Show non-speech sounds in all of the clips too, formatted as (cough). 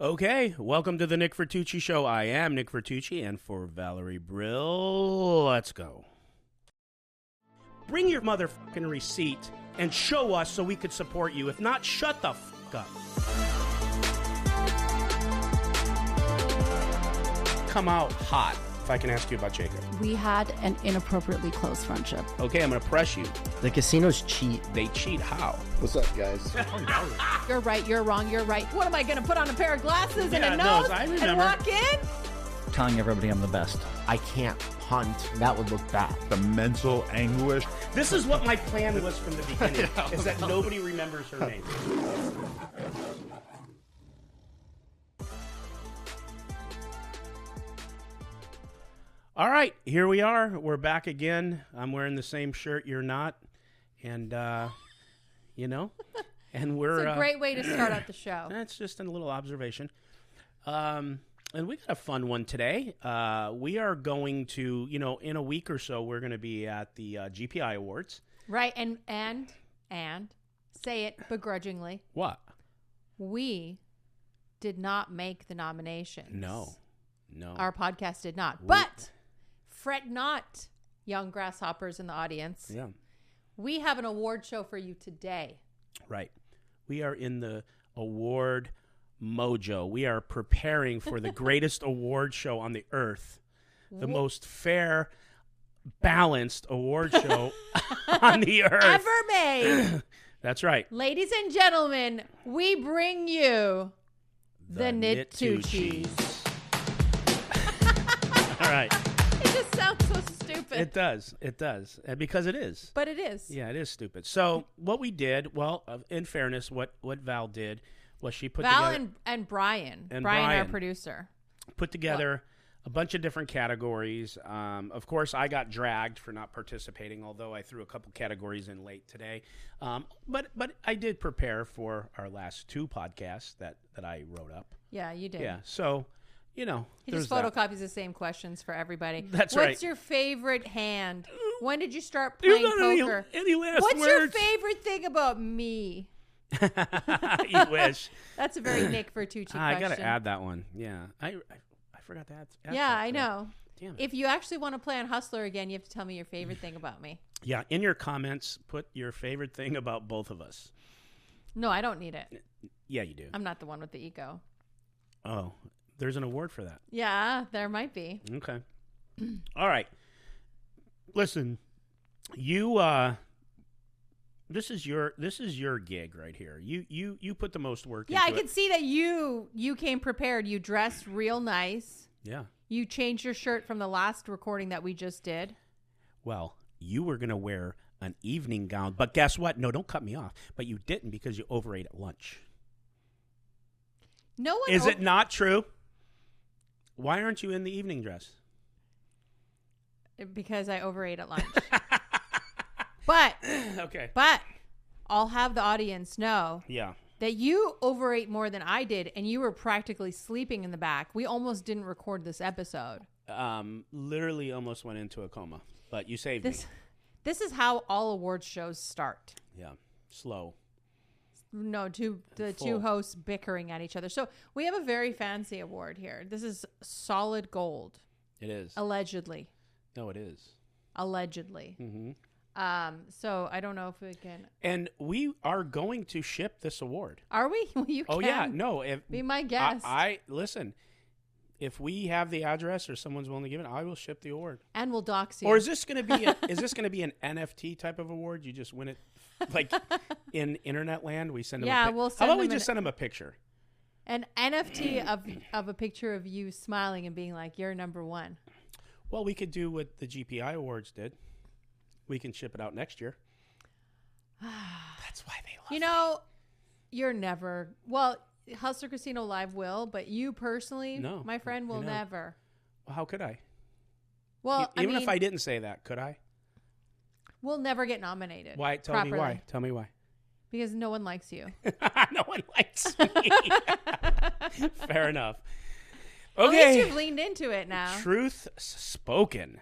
Okay, welcome to the Nick Fertucci Show. I am Nick Fertucci, and for Valerie Brill, let's go. Bring your motherfucking receipt and show us so we could support you. If not, shut the fuck up. Come out hot if I can ask you about Jacob. We had an inappropriately close friendship. Okay, I'm gonna press you. The casinos cheat. They cheat how? What's up, (laughs) guys? You're right, you're wrong, you're right. What am I going to put on a pair of glasses Yeah, and a no, nose I remember. and walk in? Telling everybody I'm the best. I can't hunt. That would look bad. the mental anguish. This is what my plan was from the (laughs) beginning, is that nobody remembers her name. All right, here we are. We're back again. I'm wearing the same shirt you're not. And, uh, you (laughs) know, and we're. It's a uh, great way to start out (laughs) the show. That's just a little observation. Um, and we got a fun one today. Uh, we are going to, you know, in a week or so, we're going to be at the uh, GPI Awards. Right. And, and, and say it begrudgingly. What? We did not make the nominations. No, no. Our podcast did not. But fret not, young grasshoppers in the audience. yeah, We have an award show for you today. right. We are in the award mojo. We are preparing for (laughs) the greatest award show on the earth, the most fair, balanced award (laughs) show on the earth. Ever (clears throat) made. That's right. Ladies and gentlemen, we bring you the, Nitucci. (laughs) All right. It just sounds so stupid. It does. It does. And because it is. but it is. Yeah, it is stupid. So what we did, well, uh, in fairness, what what Val did was she put Val together and, and Brian. And Brian, our Brian. producer. put together a bunch of different categories. Um, of course, I got dragged for not participating, although I threw a couple categories in late today. Um, but but I did prepare for our last two podcasts that that I wrote up. Yeah, you did. Yeah. So you know, He just there's that. photocopies the same questions for everybody. That's What's right. What's your favorite hand? When did you start (laughs) You playing got any- poker? any last What's your words? favorite thing about me? (laughs) you (laughs) wish. That's (clears throat) a very Nick Vertucci question. Ah, I gotta add that one. Yeah, I I, I forgot to add. add Yeah, that I today. know. Damn it. If you actually want to play on Hustler again, you have to tell me your favorite thing about me. Yeah, in your comments, put your favorite thing about both of us. No, I don't need it. Yeah, you do. I'm not the one with the ego. oh, there's an award for that. Yeah, there might be. Okay. (clears throat) All right. Listen, you uh this is your this is your gig right here. You you you put the most work Yeah, I into can it. see that you you came prepared. You dressed real nice. Yeah. You changed your shirt from the last recording that we just did. Well, you were going to wear an evening gown, but guess what? No, don't cut me off. But you didn't because you overate at lunch. No one Is it op- not true? Why aren't you in the evening (clears throat) dress? because I (laughs) overate at lunch. but okay. but I'll have the audience know Yeah. that you overate more than I did and you were practically sleeping in the back. We almost didn't record this episode. um, literally almost went into a coma, but you saved This me. this is how all awards shows start. Yeah, slow. No, two the Full. two hosts bickering at each other. So we have a very fancy award here. This is solid gold, It is. allegedly. no, it is. Allegedly. Mhm. Um, so I don't know if we can. And we are going to ship this award. Are we? (laughs) you can. Oh yeah, no. If, Be my I, guest. I listen. If we have the address or someone's willing to give it, I will ship the award. and we'll dox you. Or is this going to be a, (laughs) is this going to be an NFT type of award? You just win it (laughs) like in internet land. We send them. Yeah, a pic- we'll How send about we them just an- send them a picture? an NFT of of a picture of you smiling and being like, "You're number one." Well, we could do what the GPI awards did. We can ship it out next (sighs) year. That's why they love. You know, you're never. Well, Hustler Casino Live will, but you personally, No, my friend, I will know. never. Well, How could I? Well, E- even I mean, if I didn't say that, could I? we'll never get nominated. Why? Tell me why. properly. Tell me why. Because no one likes you. (laughs) no one likes me. (laughs) Fair enough. At least Okay. you've leaned into it now. Truth s- spoken.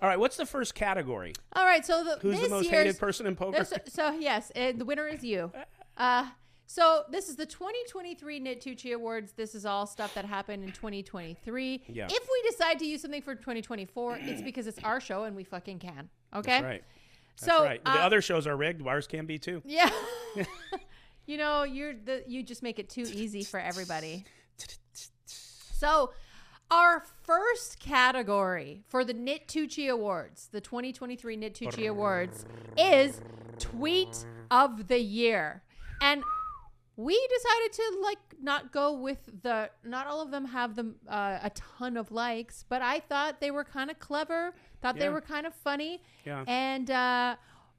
All right. What's the first category? All right, so the, Who's this the most year's, hated person in poker? there's- So, yes, uh, the winner is you. Uh, So this is the 2023 Knit Tucci Awards. This is all stuff that happened in 2023. Yeah. If we decide to use something for 2024, it's because it's our show and we fucking can. Okay. right. So That's right. the uh, other shows are rigged. Ours can be too. Yeah. you know, you're the you just make it too easy for everybody. So, our first category for the Knit Tucci Awards, the 2023 Knit Tucci Awards, is Tweet of the Year. And we decided to like not go with the not all of them have them uh, a ton of likes, but I thought they were kind of clever, thought they Yeah. were kind of funny. Yeah. And uh,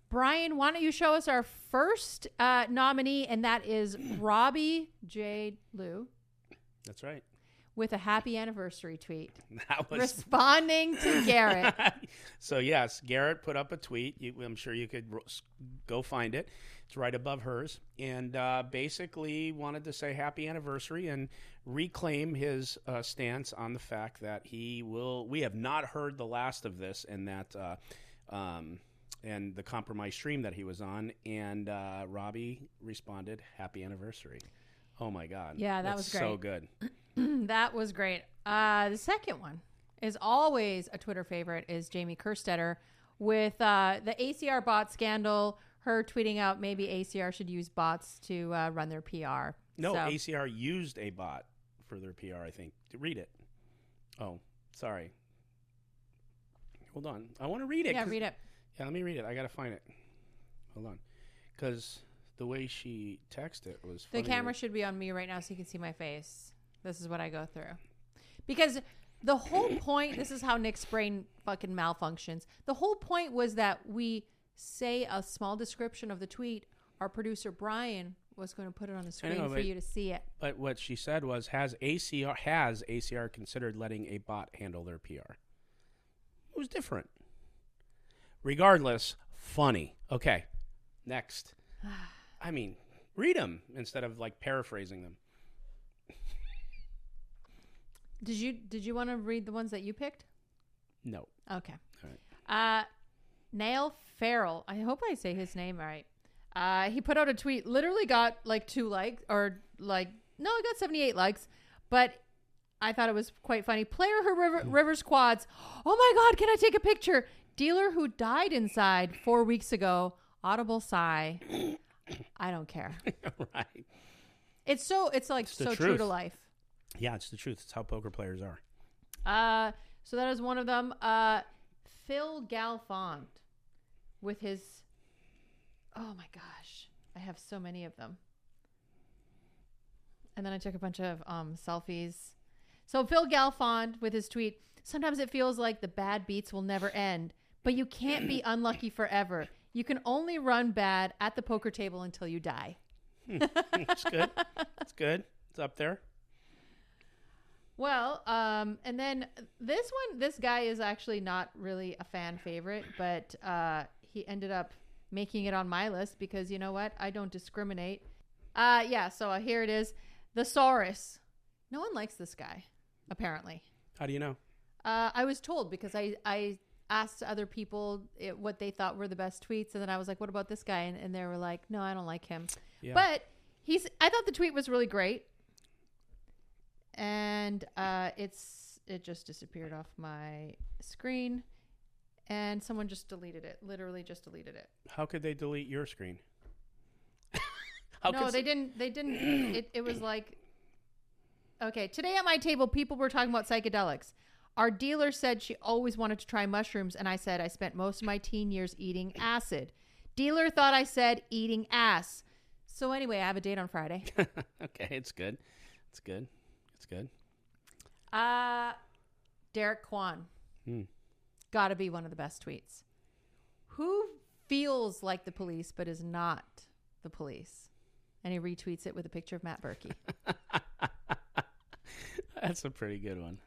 Brian, why don't you show us our first uh, nominee, and that is Robbie J. Lou That's right. (laughs) with a happy anniversary tweet That was responding to Garrett. (laughs) so yes, Garrett put up a tweet. You, I'm sure you could ro- s- go find it. It's right above hers, and uh, basically wanted to say happy anniversary and reclaim his uh, stance on the fact that he will. We have not heard the last of this, and that. Uh, um, and the compromise stream that he was on, and uh, Robbie responded, "Happy anniversary!" Oh my God! Yeah, that That's was so great. good. Hmm, that was great. Uh, the second one is always a Twitter favorite is Jamie Kerstetter with uh, the ACR bot scandal. Her tweeting out maybe ACR should use bots to uh, run their PR. No, So- ACR used a bot for their PR, I think. To read it. Oh, sorry. Hold on. I want to read it. yeah, 'cause- read it. Yeah, let me read it. I got to find it. Hold on. Because the way she texted it was The funny. camera should be on me right now so you can see my face. This is what I go through. Because the whole (laughs) point, this is how Nick's brain fucking malfunctions. The whole point was that we say a small description of the tweet. Our producer, Brian, was going to put it on the screen know, for but- you to see it. But what she said was, has ACR has ACR considered letting a bot handle their PR? It was different. Regardless, funny. Okay, (sighs) next. I mean, read them instead of like paraphrasing them. Did you did you want to read the ones that you picked? No. Okay. All right. Uh, Nail Farrell. I hope I say his name right. Uh, he put out a tweet. Literally got like two likes, or like no, it got seventy-eight likes. But I thought it was quite funny. Player who river, Hmm. rivers quads. Oh my god! Can I take a picture? Dealer who died inside four weeks ago. (coughs) Audible sigh. I don't care. (laughs) right. It's so it's like the so true truth. to life. Yeah, it's the truth. It's how poker players are. Uh, so that is one of them. Uh, Phil Galfond with his. Oh my gosh, I have so many of them. And then I took a bunch of um, selfies. So Phil Galfond with his tweet. Sometimes it feels like the bad beats will never end, but you can't be unlucky forever. You can only run bad at the poker table until you die. It's good. it's good. It's up there. Well, um, and then this one, this guy is actually not really a fan favorite, but uh, he ended up making it on my list because you know what? I don't discriminate. Uh, yeah, so uh, here it is The Saurus. No one likes this guy, apparently. How do you know? Uh, I was told because I, I asked other people it, what they thought were the best tweets, and then I was like, "What about this guy?" And, and they were like, "No, I don't like him." Yeah. But he's. I thought the tweet was really great, and uh, it's it just disappeared off my screen, and someone just deleted it. Literally, just deleted it. How could they delete your screen? (laughs) how no, could they didn't. (clears throat) They didn't. it, it was like, okay, today at my table, people were talking about psychedelics. Our dealer said she always wanted to try mushrooms, and I said I spent most of my teen years eating acid. Dealer thought I said eating ass. So anyway, I have a date (laughs) on Friday. okay, it's good. It's good. It's good. Uh Derek Kwan. Hmm. Gotta be one of the best tweets. Who feels like the police but is not the police? And he retweets it with a picture of Matt Berkey. That's a pretty good one.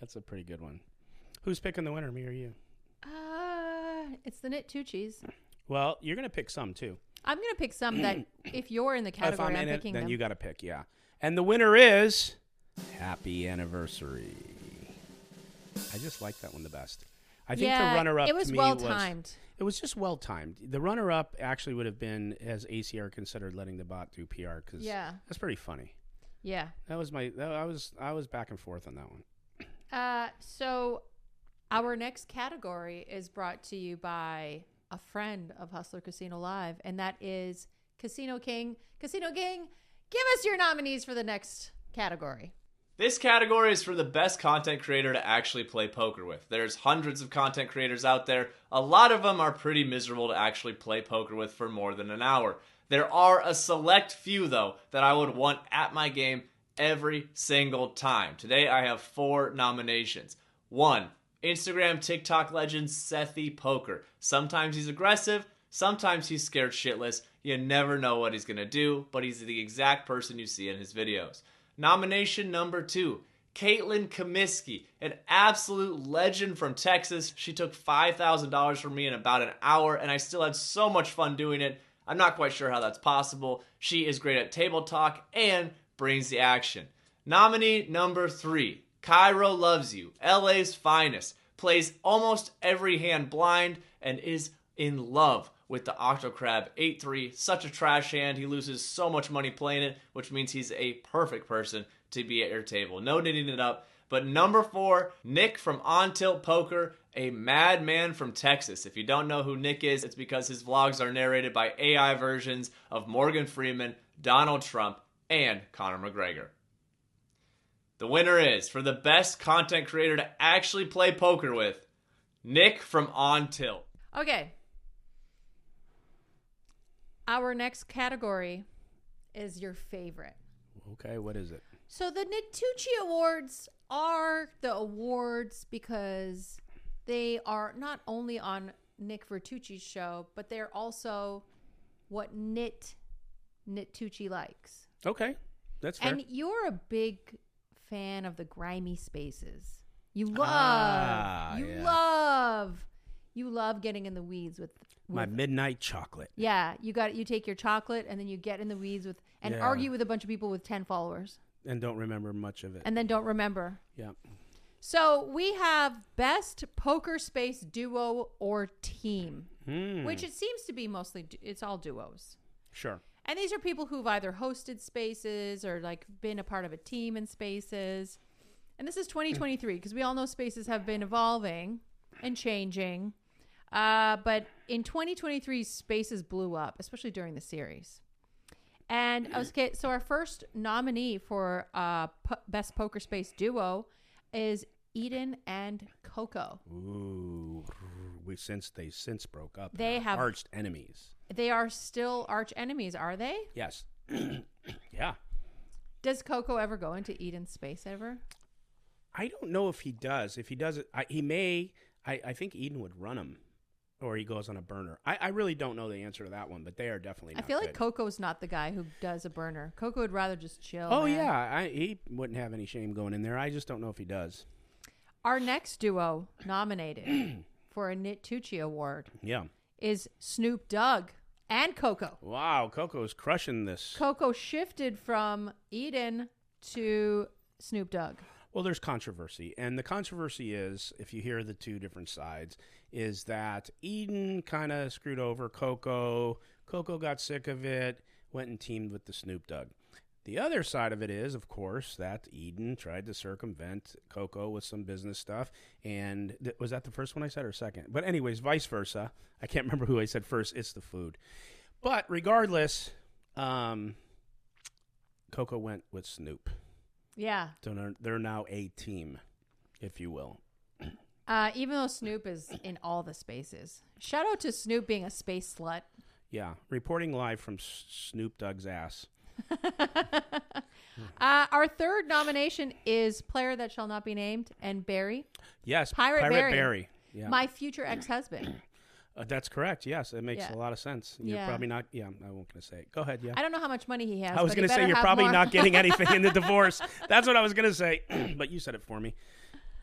That's a pretty good one. Who's picking the winner, me or you? Uh, it's the knit tucci's. Well, you're gonna pick some too. I'm gonna pick (clears throat) some that if you're in the If category, I'm I'm, in it, picking then them. you gotta pick, yeah. And the winner is Happy Anniversary. I just like that one the best. I think the runner-up It was to me well was timed. It was just well timed. The runner up actually would have been has ACR considered letting the bot do PR because Yeah. that's pretty funny. Yeah. That was my that, I was I was back and forth on that one. Uh, so our next category is brought to you by a friend of Hustler Casino Live, and that is Casino King. Casino King, give us your nominees for the next category. This category is for the best content creator to actually play poker with. There's hundreds of content creators out there. A lot of them are pretty miserable to actually play poker with for more than an hour. There are a select few, though, that I would want at my game every single time. Today I have four nominations. One, Instagram TikTok legend Sethi Poker. Sometimes he's aggressive, sometimes he's scared shitless. You never know what he's gonna do, but he's the exact person you see in his videos. Nomination number two, Caitlin Comiskey, an absolute legend from Texas. She took $5,000 from me in about an hour, and I still had so much fun doing it. I'm not quite sure how that's possible. She is great at table talk and brings the action. Nominee number three, Cairo Loves You, LA's finest, plays almost every hand blind and is in love with the Octocrab 8 3. Such a trash hand. He loses so much money playing it, which means he's a perfect person to be at your table. No knitting it up. But number four, Nick from On Tilt Poker, a madman from Texas. If you don't know who Nick is, it's because his vlogs are narrated by AI versions of Morgan Freeman, Donald Trump, and Conor McGregor. The winner is for the best content creator to actually play poker with, Nick from On Tilt. Okay. Our next category is your favorite. Okay, what is it? So the Natucci Awards are the awards because they are not only on Nick Vertucci's show, but they're also what Nit Nitucci likes. Okay, that's fair. And you're a big fan of the grimy spaces. You love, Ah, you yeah. love, you love getting in the weeds with, with My midnight chocolate. yeah. You got you take your chocolate and then you get in the weeds with and Yeah. argue with a bunch of people with ten followers And don't remember much of it. and then don't remember. yeah. So we have best poker space duo or team, which it seems to be mostly du- it's all duos. Sure. And these are people who've either hosted spaces or like been a part of a team in spaces. And this is 2023 because we all know spaces have been evolving and changing. Uh, but in 2023, spaces blew up, especially during the series. And uh, okay, so our first nominee for uh, po- best poker space duo is Eden and Coco. Ooh. We since they since broke up. They They're have- arched enemies. They are still arch enemies, are they? Yes. (clears throat) yeah. Does Coco ever go into Eden's space ever? I don't know if he does. If he does, I, he may. I, I think Eden would run him, or he goes on a burner. I, I really don't know the answer to that one, but they are definitely. I Not feel like good. Coco's not the guy who does a burner. Coco would rather just chill. Oh man. yeah, I, he wouldn't have any shame going in there. I just don't know if he does. Our next duo nominated (clears throat) for a Nit Tucci Award Yeah. is Snoop Dogg and Coco. Wow, Coco's crushing this. Coco shifted from Eden to Snoop Dogg. Well, there's controversy, and the controversy is, if you hear the two different sides, is that Eden kind of screwed over Coco. Coco got sick of it, went and teamed with the Snoop Dogg. The other side of it is, of course, that Eden tried to circumvent Coco with some business stuff, and th- was that the first one I said or second? But anyways, vice versa. I can't remember who I said first. It's the food, but regardless, um, Coco went with Snoop. Yeah. So they're, they're now a team, if you will. Uh, even though Snoop is (clears throat) in all the spaces. Shout out to Snoop being a space slut. (laughs) Yeah, reporting live from S- Snoop Dogg's ass. Uh, our third nomination is Player That Shall Not Be Named and Barry, Yes, Pirate Barry. Yeah, my future ex husband. Uh, that's correct. Yes, it makes Yeah. a lot of sense. You're Yeah. probably not. Yeah, I won't gonna say. It. Go ahead. Yeah, I don't know how much money he has. I was but he gonna say better you're have probably more. (laughs) not getting anything in the divorce. That's what I was gonna say, (clears throat) but you said it for me.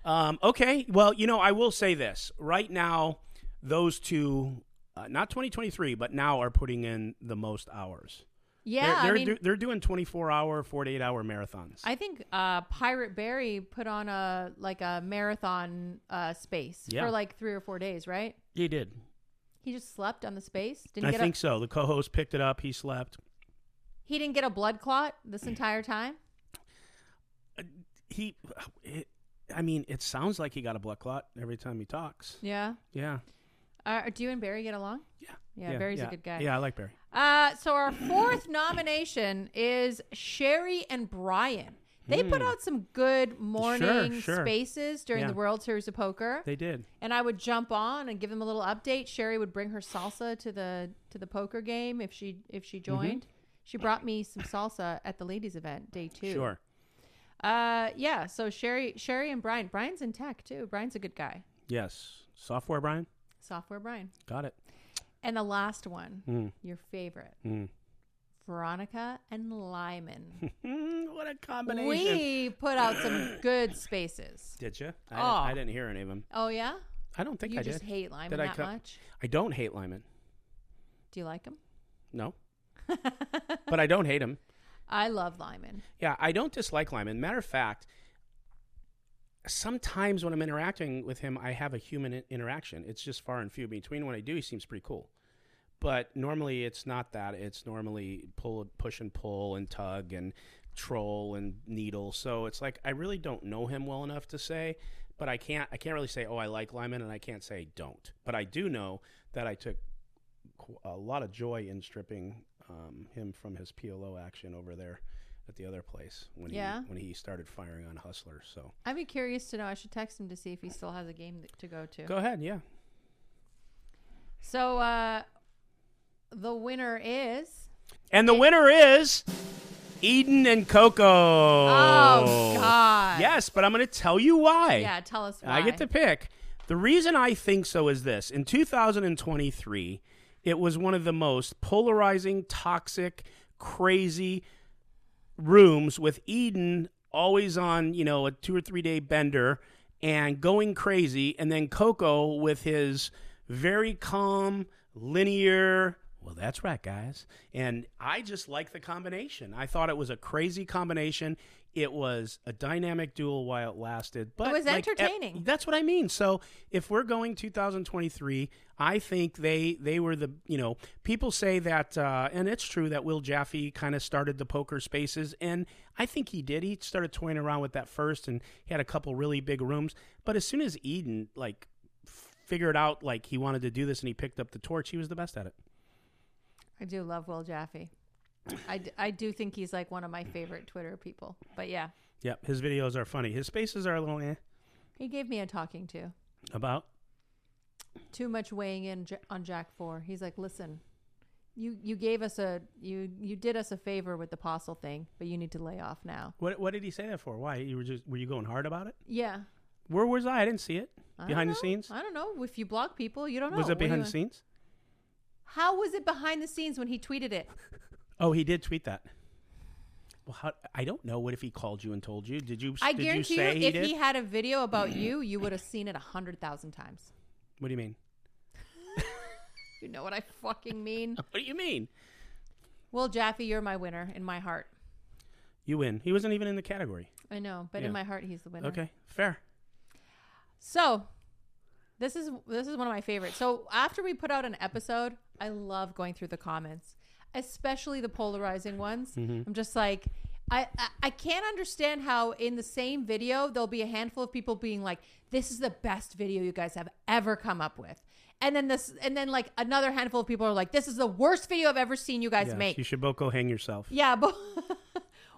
Um, okay, well, you know, I will say this right now. Those two, uh, not 2023, but now are putting in the most hours. They're, Yeah, they're, I mean, do, they're doing 24 hour, 48 hour marathons. I think uh, Pirate Barry put on a like a marathon uh, space Yeah. for like three or four days, right? he did. He just slept on the space. Didn't I get think a, so. The co host picked it up. He slept. he didn't get a blood clot this entire time. He, it, I mean, it sounds like he got a blood clot every time he talks. Yeah. Yeah. Uh, do you and Barry get along? Yeah. Yeah, Barry's a good guy. Yeah, I like Barry. Uh, so our fourth nomination is Sherry and Brian. They put out some good morning Hmm. sure. spaces during Yeah. the World Series of Poker, They did. and I would jump on and give them a little update. Sherry would bring her salsa to the to the poker game if she if she Mm-hmm. joined. She brought me some salsa at the ladies' event day two. Sure. Uh, yeah. So Sherry Sherry and Brian. Brian's in tech too. Brian's a good guy. Yes. Software, Brian. Software Brian. Got it. (laughs) And the last one, Mm. your favorite, Mm. Veronica and Lyman. Mm, what a combination. We put out some good spaces. Did you? I, Aw. I didn't hear any of them. Oh yeah, I don't think you I just did. hate Lyman Did I that cut- much. I don't hate Lyman. Do you like him? (laughs) No. but I don't hate him. I love Lyman. Yeah, I don't dislike Lyman. Matter of fact, sometimes when I'm interacting with him, I have a human i- interaction. It's just far and few between. When I do, he seems pretty cool. But normally, it's not that. It's normally pull, push and pull, and tug and troll and needle. So it's like I really don't know him well enough to say. But I can't. I can't really say. Oh, I like Lyman, and I can't say don't. But I do know that I took qu- a lot of joy in stripping um, him from his PLO action over there at the other place when Yeah. he when he started firing on Hustler. So I'd be curious to know. I should text him to see if he still has a game th- to go to. go ahead, yeah. So uh, the winner is And the winner is Eden and Coco. oh, god. Yes, but I'm going to tell you why. Yeah. Tell us why. I get to pick. The reason I think so is this. In 2023, it was one of the most polarizing, toxic, crazy rooms with Eden always on, you know, a two or three day bender and going crazy. And then Coco with his very calm, linear, well, that's right, guys. And I just like the combination. I thought it was a crazy combination. It was a dynamic duel while it lasted, but was like, e- entertaining. that's what I mean. So if we're going 2023, I think they they were the you know people say that, uh, and it's true that Will Jaffe kind of started the poker spaces, and I think he did. He started toying around with that first, and he had a couple really big rooms. But as soon as Eden like figured out like he wanted to do this and he picked up the torch, he was the best at it. I do love Will Jaffe. I, d- I do think he's like one of my favorite Twitter people. But yeah, Yep, his videos are funny. His spaces are a little eh he gave me a talking to. about. too much weighing in J- on Jack Four. He's like, listen, you you gave us a you you did us a favor with the apostle thing, but you need to lay off now. What, what did he say that for? Why you were just were you going hard about it? Yeah, Where was I? I didn't see it I behind don't the know. scenes. I don't know if you block people, you don't know. Was it What do behind you- the scenes? How was it behind the scenes when he tweeted it? Oh, he did tweet that. Well, how, I don't know. What if he called you and told you? Did you? I did you guarantee you, say he if did? Mm. he had a video about you, you would have seen it a hundred thousand times. what do you mean? You know what I fucking (laughs) mean? What do you mean? Will Jaffe, you're my winner in my heart. You win. He wasn't even in the category. I know, but Yeah. in my heart, he's the winner. Okay, fair. So this is this is one of my favorites. So after we put out an episode, I love going through the comments, especially the polarizing ones. I'm just like I, I I can't understand how in the same video there'll be a handful of people being like, "This is the best video you guys have ever come up with," and then this and then like another handful of people are like, "This is the worst video I've ever seen you guys Yes, make." You should both go hang yourself. yeah, but (laughs)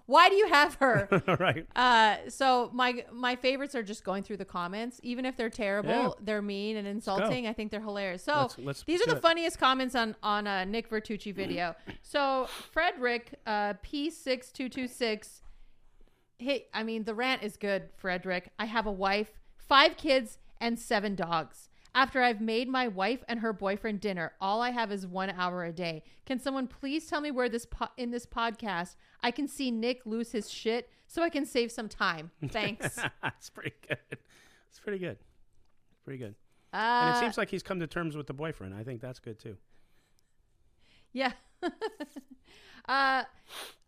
why do you have her? (laughs) All right. Uh, so my my favorites are just going through the comments, even if they're terrible, Yeah. they're mean and insulting. I think they're hilarious. So Let's- let's these are do the it. funniest comments on on a Nick Vertucci video. so Frederick uh, P six two two six. Hey, I mean the rant is good, Frederick. I have a wife, five kids, and seven dogs. After I've made my wife and her boyfriend dinner, all I have is one hour a day. Can someone please tell me where this po- in this podcast I can see Nick lose his shit so I can save some time? Thanks. (laughs) That's pretty good. It's pretty good. Pretty good. and it Uh, seems like he's come to terms with the boyfriend. I think that's good too. yeah. (laughs) Uh,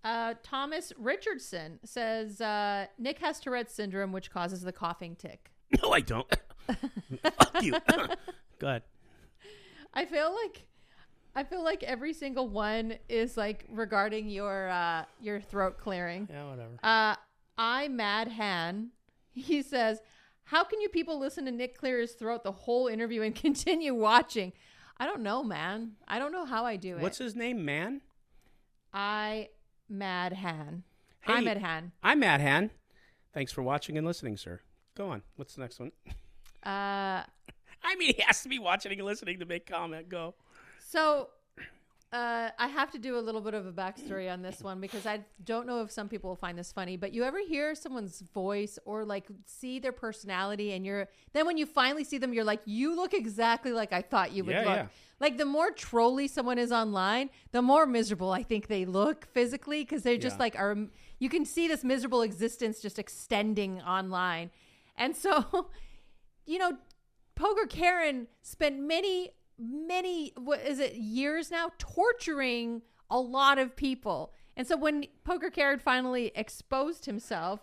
uh, Thomas Richardson says uh, Nick has Tourette's syndrome, which causes the coughing tick. (laughs) No, I don't. (laughs) Fuck you. (laughs) Go ahead. I feel like I feel like every single one is like regarding your uh, your throat clearing. Yeah, whatever. Uh, I Mad Han. He says, "How can you people listen to Nick clear his throat the whole interview and (laughs) continue watching?" I don't know, man. I don't know how I do it. What's his name, man? I Mad Han. I Hey. Mad Han. I'm Matt Han. Thanks for watching and listening, sir. Go on. What's the next one? Uh, I mean, he has to be watching and listening to make comment. Go. so uh, I have to do a little bit of a backstory on this one because I don't know if some people will find this funny. But you ever hear someone's voice or like see their personality, and you're then when you finally see them, you're like, you look exactly like I thought you would Yeah, look. yeah. Like the more trolly someone is online, the more miserable I think they look physically because they're just Yeah. like are. You can see this miserable existence just extending online, and so (laughs) you know, Poker Karen spent many, many, what is it, years now, torturing a lot of people. And so when Poker Karen finally exposed himself,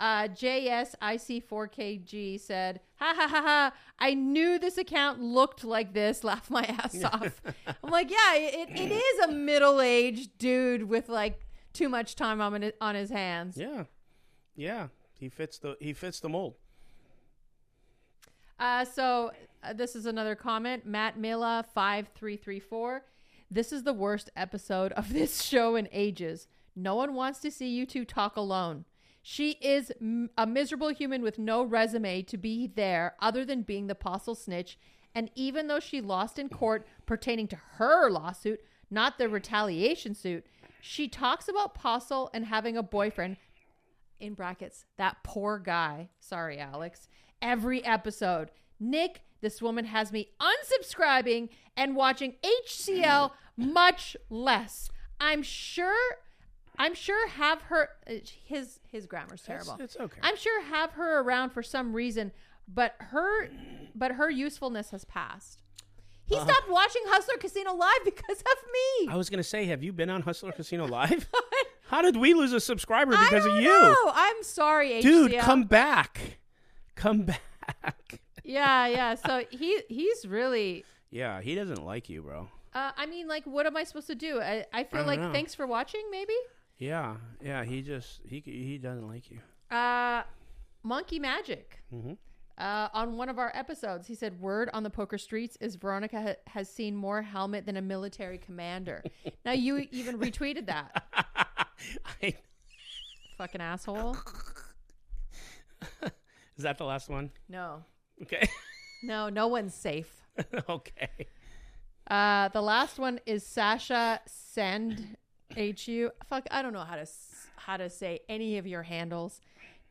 uh, JSIC4KG said, ha ha ha ha, I knew this account looked like this, (laughs) laugh my ass off. I'm like, yeah, it, it is a middle aged dude with like too much time on, his- on his hands. Yeah, yeah. He fits the he fits the mold. Uh, so uh, this is another comment. Matt Mila five three three four. This is the worst episode of this (laughs) show in ages. No one wants to see you two talk alone. She is m- a miserable human with no resume to be there other than being the apostle snitch. And even though she lost in court pertaining to her lawsuit, not the retaliation suit, she talks about apostle and having a boyfriend in brackets, that poor guy. Sorry, Alex. Every episode, Nick, this woman has me unsubscribing and watching HCL (laughs) much less. I'm sure. I'm sure have her uh, his his grammar's terrible. it's okay. I'm sure have her around for some reason, but her but her usefulness has passed. He Uh-huh. stopped watching Hustler Casino Live because of me. I was gonna say, have you been on Hustler Casino (laughs) Live? How did we lose a subscriber because I of don't you, know. I'm sorry, HCL. dude? Come back, come (laughs) back. Yeah, yeah. So he he's really. yeah, he doesn't like you, bro. Uh, I mean, like, what am I supposed to do? I, I feel don't like know. thanks for watching. Maybe. Yeah, yeah. He just he he doesn't like you. (laughs) Uh, Monkey Magic. Mm-hmm. Uh, on one of our episodes, he said, "Word on the poker streets is Veronica ha- has seen more helmet than a military commander." now you even (laughs) retweeted that, Is fucking asshole. that the last one? No, Okay, (laughs) no, no one's safe. okay. Uh, the last one is Sasha Send HU. Fuck, I don't know how to s- how to say any of your handles.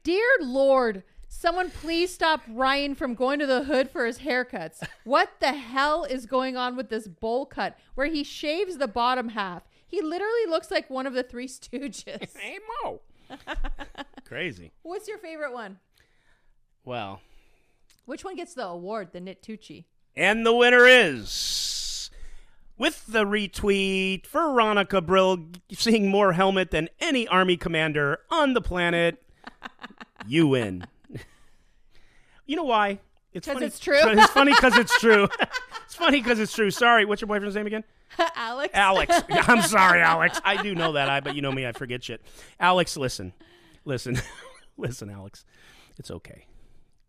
Dear Lord, someone please stop Ryan from going to the hood for his haircuts. What the hell is going on with this bowl cut where he shaves the bottom half? He literally looks like one of the Three (laughs) Stooges. Hey Mo, crazy. What's your favorite one? Well, Which one gets the award? The Nitucci. And the winner is with the retweet Veronica Brill seeing more helmet than any army commander on the (laughs) planet. you win. you know why? It's 'Cause funny- it's true. It's funny because it's (laughs) true. it's funny because it's true. Sorry, what's your boyfriend's name again? Alex. (laughs) Alex. I'm sorry, Alex. I do know that. I but you know me, I forget shit. Alex, listen, listen, (laughs) listen, Alex. It's okay.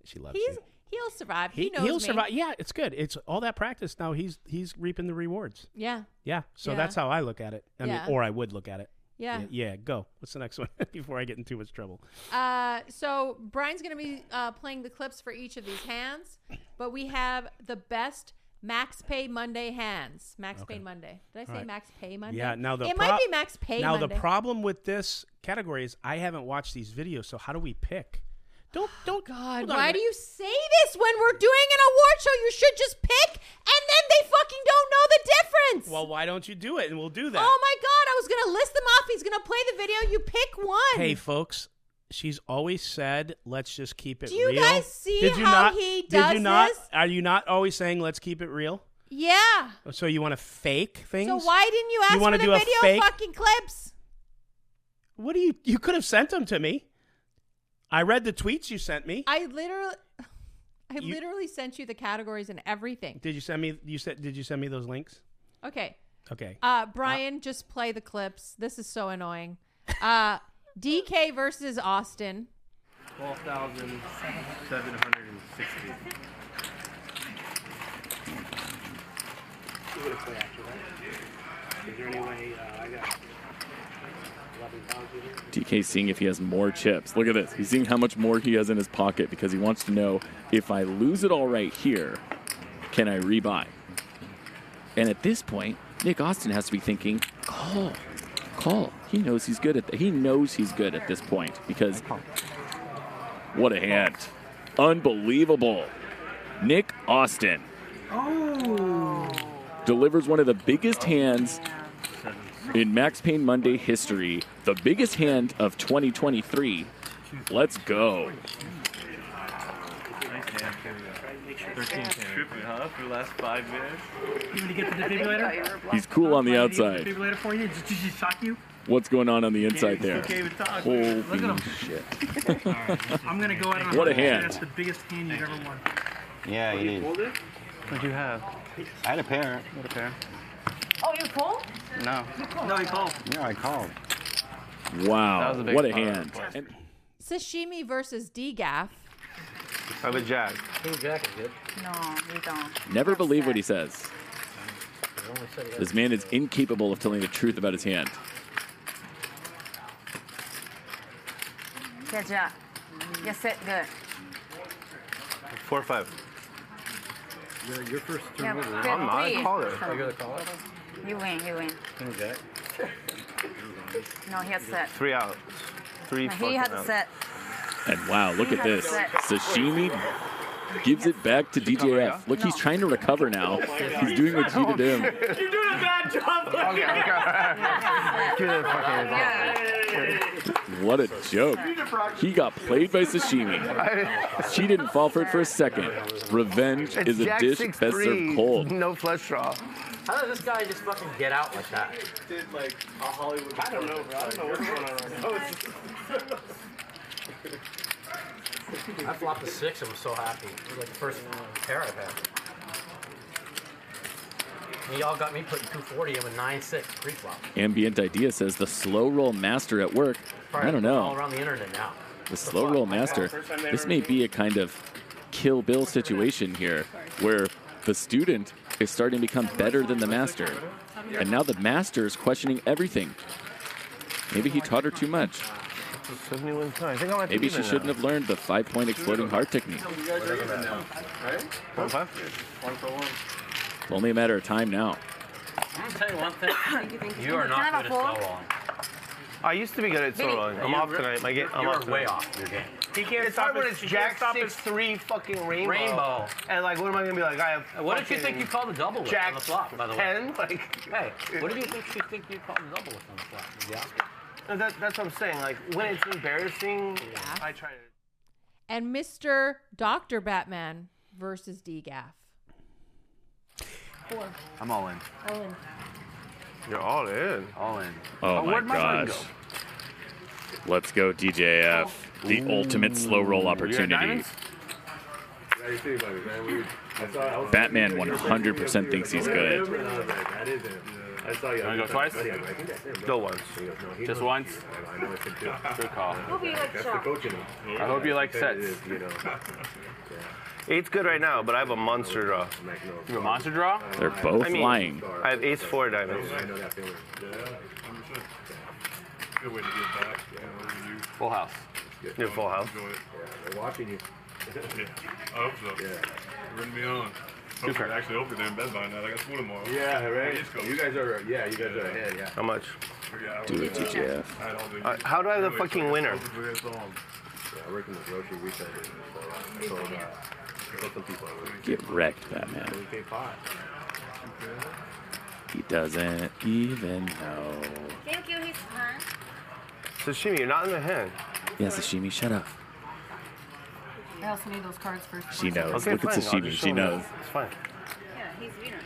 She loves He's you he'll survive. He, knows will me. survive. Yeah, it's good. It's all that practice. Now he's he's reaping the rewards. Yeah. Yeah. So Yeah. that's how I look at it. I Yeah. mean, or I would look at it. Yeah. Yeah, yeah, go. What's the next one (laughs) before I get in too much trouble? Uh, so Brian's going to be uh, playing the clips for each of these hands, but we have the best Max Pay Monday hands. Max Pay Monday. Did I say right. Max Pay Monday? Yeah. Now the it prob- might be Max Pay Now Monday. the problem with this category is I haven't watched these videos, so how do we pick? Don't don't. Oh, God, hold on a why minute. do you say this when we're doing an award show? You should just pick, and then they fucking don't know the difference. Well, why don't you do it, and we'll do that. oh my God, I was going to list them off. He's going to play the video. You pick one. Hey, folks. She's always said, "Let's just keep it Do you real." guys see did you how not, he Did does you not? this? Are you not always saying, "Let's keep it real"? Yeah. So you want to fake things? So why didn't you ask You wanna for the do a video fake- fucking clips? What do you? You could have sent them to me. I read the tweets you sent me. I literally, I You- literally sent you the categories and everything. Did you send me? You said? Did you send me those links? Okay, Okay. uh, Brian, just play the clips. This is so annoying. Uh, (laughs) DK versus Austin. 12,760. You would have played after that. Is there any way uh, I got eleven thousand here? DK's seeing if he has more chips. Look at this. He's seeing how much more he has in his pocket because he wants to know if I lose it all right here, can I rebuy? And at this point, Nick Austin has to be thinking, call, call. He knows he's good at th- he knows he's good at this point because what a hand. Unbelievable. Nick Austin. Delivers one of the biggest hands in Max Payne Monday history, the biggest hand of 2023. Let's go. Nice hand. 13K. huh? For the last five minutes. He's cool on the outside. Defibrillator for you? Did she shock you? What's going on on the inside there? Okay, with talk. Holy Look at him. shit. I'm gonna go out on What a limb and say hand. That's the biggest hand you've ever won. Yeah, you did. Hold it. What'd you have? I had a pair. What a pair. No. No, he called. Yeah, I called. Wow. was a big What a fire hand. request. And Sashimi versus DGAF. I have a jack. never believe what he says. This man is incapable of telling the truth about his hand. Good job. Yes, sit. Good. Four or five. Yeah, good. I'm not a Three. caller. You win. You win. No, he had set. Three out. Three. No, he fucking had out. set. And wow, look at this. Sashimi gives it back to DJF. Look, he's trying to recover now. He's doing what you did to him. You're doing a bad job. Give it a fucking- What a joke. He got played by sashimi. She didn't fall for it for a second. Revenge It's is a jack dish six, best served three, cold. (laughs) No flush draw. How does this guy just fucking get out like that? Did like a Hollywood. I don't know, bro. I don't know what's going on right now. I flopped a six. I'm so happy. It was like the first pair I've had. And y'all got me putting 240. I'm a nine six pre flop. Ambient Idea says the slow roll master at work. I don't All know. around the internet now. The slow roll master. This may be a kind of kill Bill situation here where the student is starting to become better than the master. And now the master is questioning everything. Maybe he taught her too much. Seventy-one times. I think I might be Maybe she even shouldn't have learned the five point exploding heart technique. now. One five. One for one. Only a matter of time now. I'm gonna tell you one (coughs) thing. you are Can I not have good a at fold? slow rolling. I used to be good at so Vinny. long. I'm off tonight. My game. I'm You're off way tonight. off your game. He can't It's stop hard when his- it's he Jack can't stop six his- three fucking rainbow. Rainbow. And like, what am I gonna be like? I have. What did you think fucking you called the double with on Jack the flop, by the way? ten? (laughs) Like. Hey, what did you think you think you called the double with on the flop? Yeah. No, that, that's what I'm saying. Like when it's embarrassing, I try to. and Mr. Dr. Batman versus DGAF. I'm all in. You're all in. All in. Oh my where'd my money gosh. Let's go, DJF. The ultimate slow roll opportunity. Batman 100% thinks he's good. Wanna go twice? Go once. Just once. Good call. I hope you like sets. (laughs) Eight's good right now, but I have a monster draw. Monster draw? They're both I mean, lying. I have ace four diamonds. Full house. Your full house. (laughs) I hope so. Yeah. Bring me on. Hopefully, actually, hopefully they're in bed by now. I got school tomorrow. Yeah, right. You guys are, yeah, you guys are ahead. How much? Do it, DJF. Uh, how do I have the fucking winner? Get wrecked, Batman. He doesn't even know. Thank you. He's fine. Sashimi, you're not in the hand. Yeah, Sashimi, shut up. I also need those cards first. She knows. Okay, Look fine. at I'll Sashimi. just She show them. knows. It's fine. Yeah. he's winner.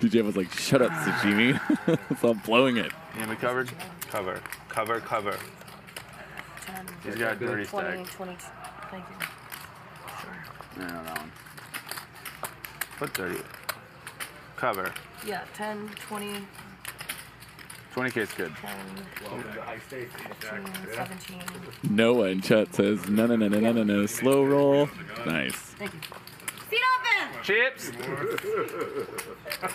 DJ was like, "Shut up, sashimi." (laughs) so I'm blowing it. Yeah, we covered. Cover, cover, cover. He's got a dirty stack. 20. Thank you. No, no, that one. What dirty? Cover. Yeah, 10, 20, 20k is good. 10, high stakes. 15, 17. Noah in chat says, "No, no, no, no, no, no, no, slow roll." Nice. Thank you. Feet open! Chips! Uh,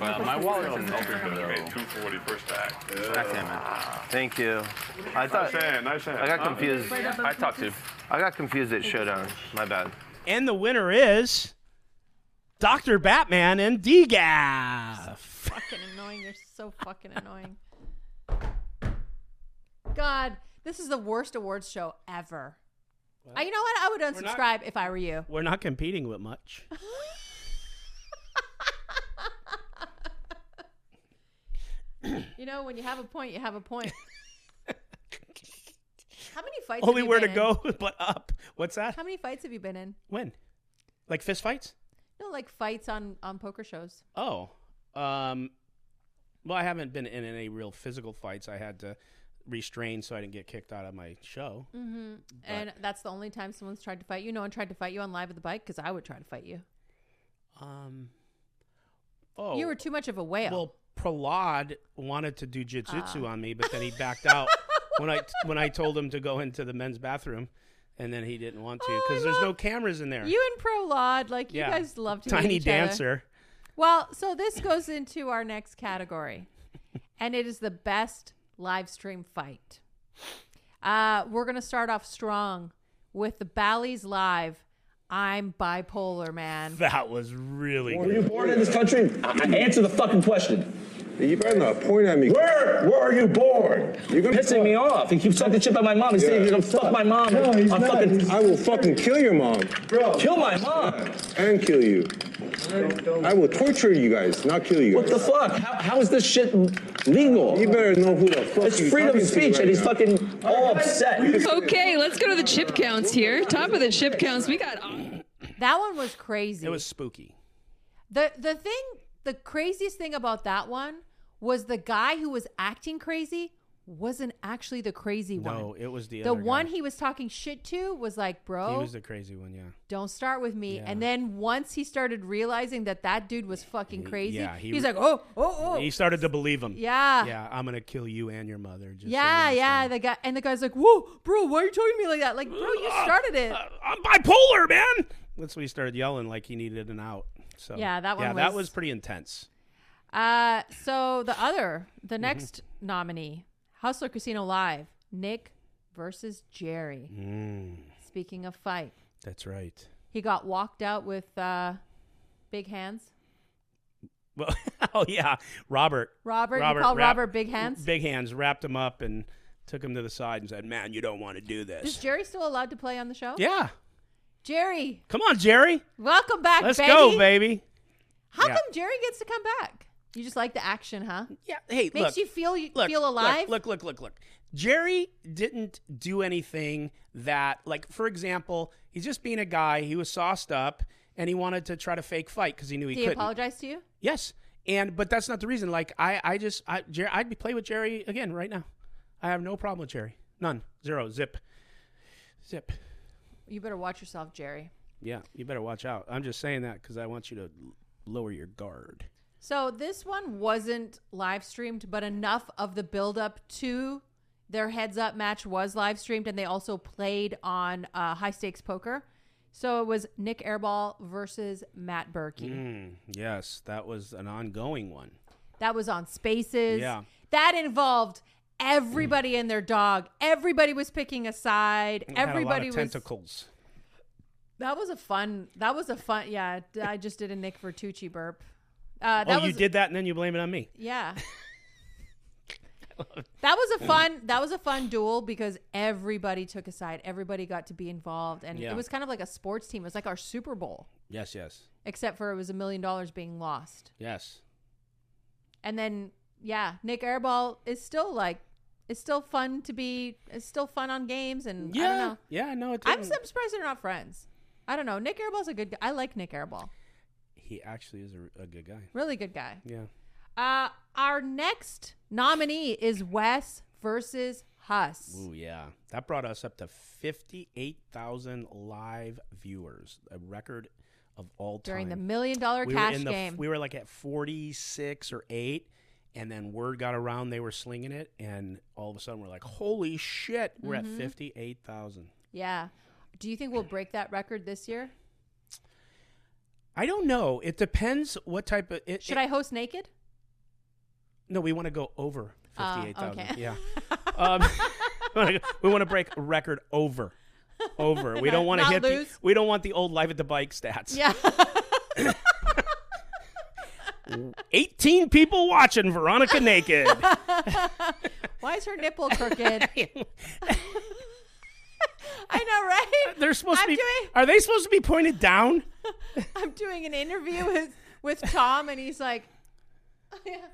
Well, my wallet's in there, though. 240 first stack. God damn it. Thank you. I thought. Nice hand, nice hand. I got Huh? confused. Play that I talked to. I got confused at showdown. My bad. And the winner is Dr. Batman and DGAF. fucking annoying. You're so fucking annoying. God, this is the worst awards show ever. I, you know what? I would not- unsubscribe if I were you. We're not competing with (laughs) much. You know, when you have a point, you have a point. How many fights? Only have you where to been go in? (laughs) but up. What's that? How many fights have you been in? When? Like fist fights? No, like fights on on poker shows. Oh. Um well, I haven't been in any real physical fights. I had to restrain so I didn't get kicked out of my show. Mm-hmm. And that's the only time someone's tried to fight you. No one tried to fight you on live at the bike because I would try to fight you. Um. Oh. You were too much of a whale. Well, Prahlad wanted to do Ah. jujitsu on me, but then he backed (laughs) out when I when I told him to go into the men's bathroom, and then he didn't want to because there's no cameras in there. Oh, You and Prolod, like you guys love to hate tiny each other. dancer. Well, so this goes into our next category, and it is the best live stream fight. Uh, we're gonna start off strong with the Bally's live. I'm bipolar, man. That was really Were you born in this country? I- I- answer the fucking question. You better not point at me. Where where are you born? You're pissing me off. He keeps talking shit about my mom. He's saying he's gonna fuck my mom. No, he's I'm not. fucking I will fucking kill your mom. Bro. kill my mom. And kill you. I will torture you guys, not kill you. What the fuck? How, how is this shit legal? You better know who the fuck It's you freedom talking of to speech, right and he's now. fucking all upset. Okay, let's go to the chip counts here. Top of the chip counts, we got. That one was crazy. It was spooky. The the thing, the craziest thing about that one was the guy who was acting crazy wasn't actually the crazy No, one. it was the the other guy. one he was talking shit to was like, He bro, was the crazy one. Yeah. don't start with me. And then once he started realizing that that dude was fucking crazy, yeah, he- he's like, oh, oh, oh. He started to believe him. Yeah. Yeah. I'm gonna kill you and your mother. Just so yeah, you yeah. The guy and the guy's like, "Whoa, bro, why are you talking to me like that? Like, bro, you (laughs) started it." Ah, I'm bipolar, man. That's when he started yelling like he needed an out. So Yeah, that one Yeah, that was- was pretty intense. Uh, so the other, Mm-hmm. the next nominee, Hustler Casino Live, Nick versus Jerry. Mm, Speaking of fight, that's right. (laughs) he got walked out with uh, big hands. Well, (laughs) oh yeah, Robert. Robert, you call Robert Big Hands? Big Hands wrapped him up and took him to the side and said, "Man, you don't want to do Is this." Jerry still allowed to play on the show? Yeah, Jerry, come on, Jerry. welcome back, Let's baby. go, baby. How Yeah. come Jerry gets to come back? You just like the action, huh? Yeah. Hey, makes look, you feel you look, feel look, alive. Look, look, look, look. Jerry didn't do anything that, like, for example, he's just being a guy. He was sauced up and he wanted to try to fake fight because he knew he Did he couldn't. apologize to you? Yes, and but that's not the reason. Like, I, I just, I, Jerry, I'd be playing with Jerry again right now. I have no problem with Jerry. None. Zero. Zip. Zip. You better watch yourself, Jerry. Yeah, you better watch out. I'm just saying that because I want you to l- lower your guard. So this one wasn't live streamed, but enough of the build up to their heads up match was live streamed, and they also played on uh, high stakes poker. So it was Nick Airball versus Matt Berkey. Mm, yes, that was an ongoing one. That was on Spaces. Yeah. That involved everybody and their dog. Everybody was picking a side. It had a lot of Everybody was. tentacles. That was a fun. That was a fun. Yeah, d- I just did a Nick Vertucci burp. Uh, that oh, you was, did that, and then you blame it on me. (laughs) Yeah. that was a fun that was a fun duel because everybody took a side everybody got to be involved and Yeah. it was kind of like a sports team it was like our super bowl Yes, yes, except for it was a million dollars being lost yes. and then yeah nick airball is still like it's still fun to be it's still fun on games and Mm, i don't know yeah. No, it i'm didn't- so surprised they're not friends I don't know. Nick Araball's a good guy. I like Nick Araball. He actually is a, a good guy. Really good guy. Yeah. Uh, our next nominee is Wes versus Huss. Ooh, yeah. That brought us up to 58,000 live viewers, a record of all time. During the million dollar We were cash in the- game. We were like at 46 or 8, and then word got around they were slinging it, and all of a sudden we're like, holy shit, we're Mhm. at 58,000. yeah. Do you think we'll break that record this year? I don't know. It depends what type of. It, Should I host naked? No, we want to go over Oh, 58,000. (laughs) okay. Yeah. Um, (laughs) we want to break record over. Over. We don't want to Not hit lose. the we don't want the old live at the bike stats. Yeah. 18 people watching (laughs) Veronica naked. (laughs) Why is her nipple (laughs) crooked? (laughs) I know, right? They're supposed I'm to be doing- Are they supposed to be pointed down? I'm doing an interview (laughs) with with Tom, and he's like,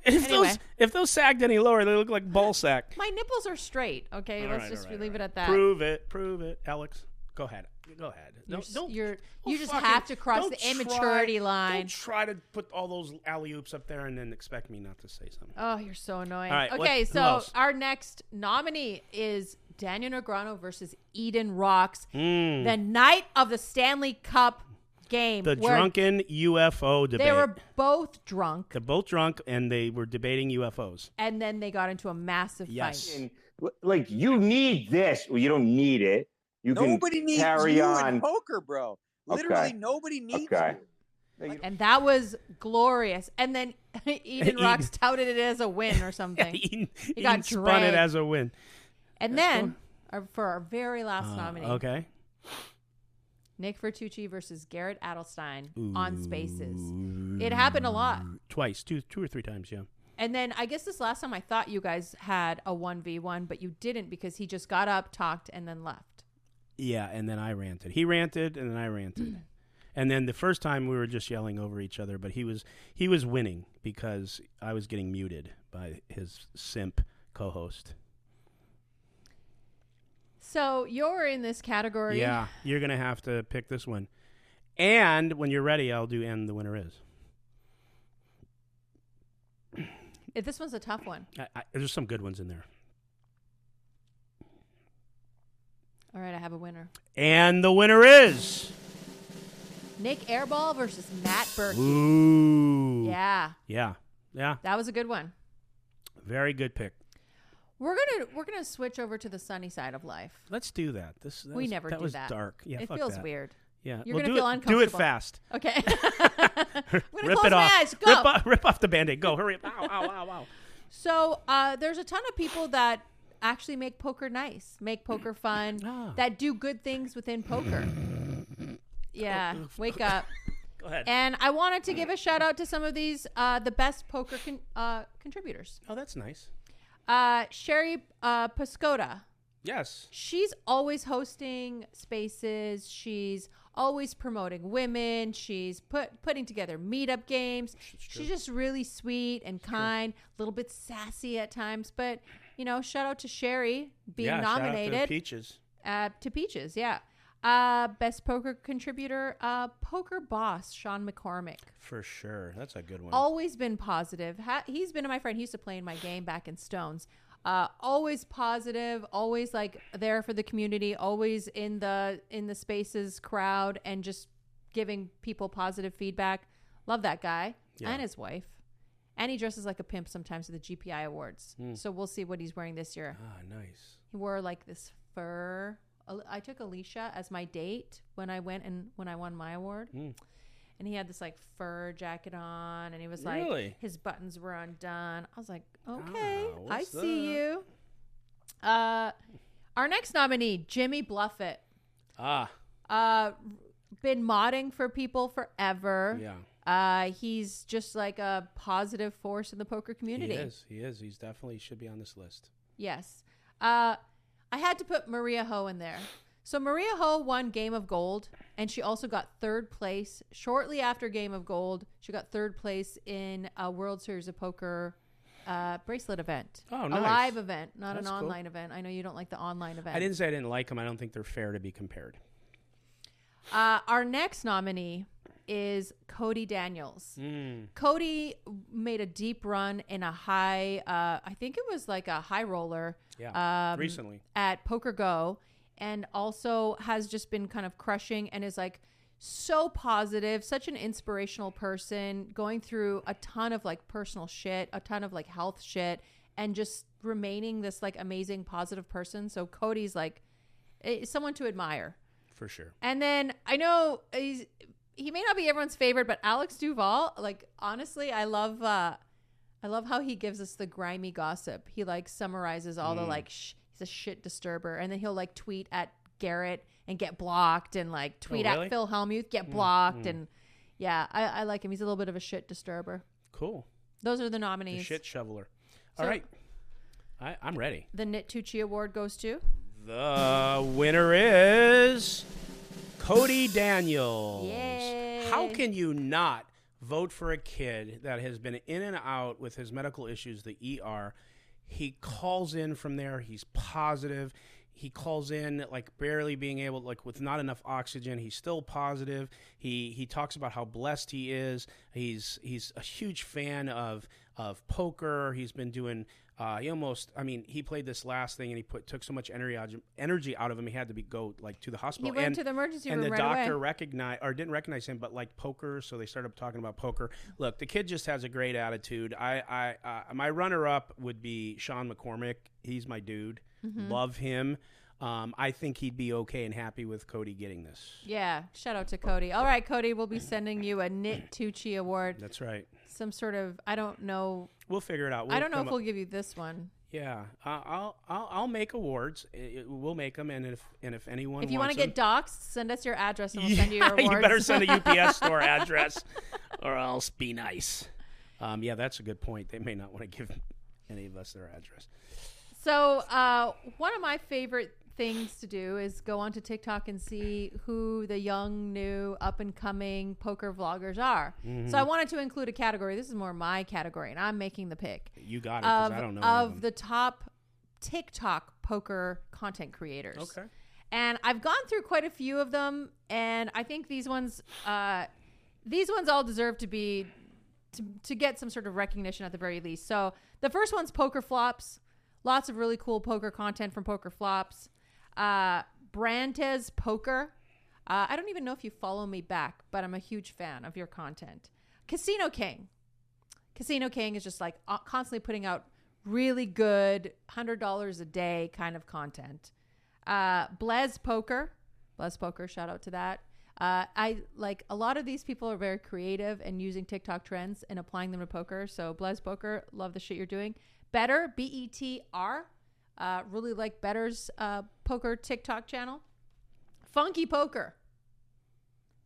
If Anyway. those if those sagged any lower, they look like ball sack. "My nipples are straight." Okay, All let's right, just all right, leave all it right. at that. Prove it. Prove it. Alex, go ahead. Go ahead. You're Don't, s- don't you're- don't you just fucking- have to cross don't the immaturity try- line. Don't try to put all those alley oops up there and then expect me not to say something. Oh, you're so annoying. All right, what- okay, who so else? our next nominee is Daniel Negreanu versus Eden Rocks, Mm. the night of the Stanley Cup game. the where drunken UFO debate. They were both drunk, They're both drunk and they were debating UFOs. and then they got into a massive fight. And, l- like you need this. Well, you don't need it. You Nobody can needs carry you on. Oh. in poker, bro. Literally, Okay. nobody needs (laughs) okay. And that was glorious. And then (laughs) (laughs) Eden Rocks touted it as a win or something. he He got spun it dragged. as a win. and then our, for our very last Uh, nominee, okay. Nick Vertucci versus Garrett Adelstein on Spaces. It happened a lot. Twice, two two or three times, yeah. And then I guess this last time I thought you guys had a 1v1, but you didn't because he just got up, talked, and then left. Yeah, and then I ranted. He ranted and then I (clears throat) ranted. and then the first time we were just yelling over each other, but he was he was winning because I was getting muted by his simp co-host. So you're in this category. Yeah, you're going to have to pick this one. And when you're ready, I'll do and the winner is. If This one's a tough one. I, I, there's some good ones in there. All right, I have a winner. And the winner is Nick Airball versus Matt Burke. Ooh. Yeah, Yeah. Yeah. that was a good one. Very good pick. We're gonna we're gonna switch over to the sunny side of life. Let's do that. This that we was- never that do was that. dark. Yeah, it fuck feels that. weird. Yeah. you're Well, gonna do feel it- uncomfortable. do it (laughs) fast. (laughs) Okay. I'm gonna Rip close it my off. eyes. Go. Rip, off, rip off the band-aid. Go. Hurry up. Ow, ow, ow, ow. So uh, there's a ton of people that actually make poker nice, make poker fun, Ah. that do good things within poker. (laughs) Yeah, wake up. Go ahead. And I wanted to give a shout out to some of these uh, the best poker con- uh, contributors. Oh, that's nice. Uh, Sherry uh, Pascoda. Yes. She's always hosting spaces. She's always promoting women. She's put putting together meetup games. She's just really sweet and kind, a little bit sassy at times, but you know, shout out to Sherry being Yeah, shout out to nominated Peaches. uh, to Peaches. Yeah, uh, best poker contributor, uh, poker boss Sean McCormick. For sure. That's a good one. Always been positive. Ha- he's been my friend. He used to play in my game back in Stones. Uh, always positive. Always like there for the community. Always in the in the spaces crowd and just giving people positive feedback. Love that guy Yeah. and his wife. And he dresses like a pimp sometimes at the GPI awards. Hmm. Mm. So we'll see what he's wearing this year. Ah, nice. He wore like this fur. Al- I took Alicia as my date when I went and when I won my award. Mm. And he had this like fur jacket on, and he was like, Really? Ah, his buttons were undone. I was like, okay, I what's see you. Uh, our next nominee, Jimmy Bluffett, Ah. uh, been modding for people forever. Yeah. Uh, he's just like a positive force in the poker community. He is. He is. He's definitely should be on this list. Yes. Uh, I had to put Maria Ho in there. So Maria Ho won Game of Gold, and she also got third place shortly after Game of Gold. She got third place in a World Series of Poker uh, bracelet event. Oh, A nice. live event, not That's an cool. online event. I know you don't like the online event. I didn't say I didn't like them. I don't think they're fair to be compared. Uh, our next nominee is Cody Daniels. Mm. Cody made a deep run in a high, uh, I think it was like a high roller. Yeah, um, recently. At Poker Go, and also has just been kind of crushing and is like so positive, such an inspirational person, going through a ton of like personal shit, a ton of like health shit, and just remaining this like amazing, positive person. So Cody's like eh, someone to admire. for sure. And then I know he's he may not be everyone's favorite, but Alex Duval, like honestly, I love uh I love how he gives us the grimy gossip. He like summarizes all the Mm. like sh- he's a shit disturber, and then he'll like tweet at Garrett and get blocked, and like tweet Oh, really? at Phil Hellmuth get Mm, blocked, mm. and yeah, I, I like him. He's a little bit of a shit disturber. Cool. Those are the The nominees. shit shoveler. So- All right. I, I'm ready. The Nitucci Award goes to The winner is Cody Daniels. How can you not vote for a kid that has been in and out with his medical issues, the ER? He calls in from there. He's positive. He calls in like barely being able, like with not enough oxygen. He's still positive. He he talks about how blessed he is. He's he's a huge fan of of poker. He's been doing. Uh, he almost. I mean, he played this last thing and he put took so much energy out, energy out of him. He had to be go like to the hospital. went and, to the emergency and the room right away. doctor recognize or didn't recognize him, but like poker, so they started talking about poker. Look, the kid just has a great attitude. I, I, uh, my runner up would be Sean McCormick. He's my dude. Mhm. Love him. Um, I think he'd be okay and happy with Cody getting this. yeah. Shout out to Oh. Cody. All right, Cody, we'll be sending you a Nitucci Award. That's right. some sort of I don't know. We'll figure it out. I don't know come if we'll up- give you this one. Yeah, I- I'll, I'll, I'll make awards. I- I- We'll make them, and if and if anyone if you want wants to get them- doxxed, send us your (laughs) address and we'll send you your awards. you better send a (laughs) UPS store address, or else be nice. Um, yeah, that's a good point. They may not want to give any of us their address. so uh, one of my favorite things to do is go onto TikTok and see who the young, new, up and coming poker vloggers are. Mhm. So Mm-hmm. I wanted to include a category. This is more my category, and I'm making the pick. You got it because of, I don't know. any of of them. the top TikTok poker content creators. Okay. And I've gone through quite a few of them, and I think these ones, uh, these ones all deserve to be to, to get some sort of recognition at the very least. So the first one's Poker Flops. Lots of really cool poker content from Poker Flops. Uh, Brantes Poker. Uh, I don't even know if you follow me back, but I'm a huge fan of your content. Casino King. Casino King is just like uh, constantly putting out really good $100 a day kind of content. Uh, Blez Poker, Blez Poker, shout out to that. Uh, I like a lot of these people are very creative and using TikTok trends and applying them to poker. So Blez Poker, love the shit you're doing. Better B E T R, uh, really like Better's uh, poker TikTok channel. Funky Poker,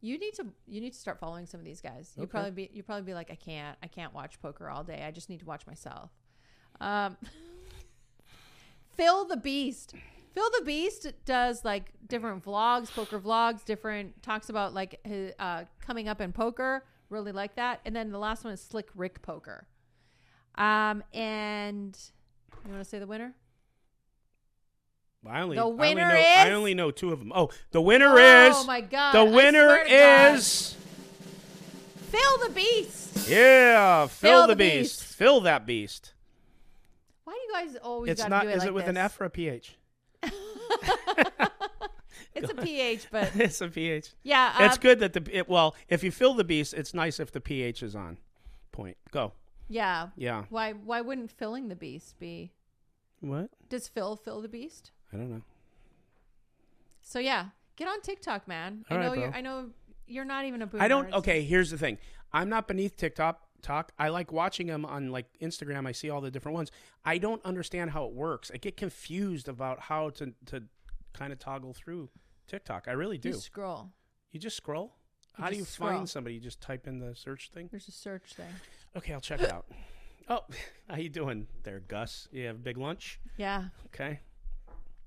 you need to you need to start following some of these guys. You Okay. probably be you probably be like I can't I can't watch poker all day. I just need to watch myself. Um, Phil the Beast. Phil the Beast does like different vlogs, poker vlogs, different talks about like his, uh, coming up in poker. Really like that. And then the last one is Slick Rick Poker. Um, and you want to say the winner? I only, the I only winner know, I is- only know two of them. Oh, the winner Oh, is. my God, The I winner swear to God. is. Phil the Beast. Yeah, Phil, Phil the, the beast. Fill that beast. Why do you guys always? it's gotta not. Do it Is like it with an this? F or a PH? (laughs) It's a PH, but it's a PH. Yeah, it's uh, good that the it, well, if you fill the beast, it's nice if the PH is on point. Go. yeah. Yeah. Why? Why wouldn't filling the beast be? What? Does Phil fill the beast? I don't know. So yeah, get on TikTok, man. All I right, know you're. bro. I know you're not even a boomer. I don't. It's- Okay, here's the thing. I'm not beneath TikTok. Talk. I like watching them on like Instagram. I see all the different ones. I don't understand how it works. I get confused about how to to kind of toggle through TikTok. I really do. You scroll. You just scroll. You how do you just scroll. find somebody? You just type in the search thing. There's a search thing. Okay, I'll check it out. Oh, (laughs) how you doing there, Gus? You have a big lunch? Yeah. Okay.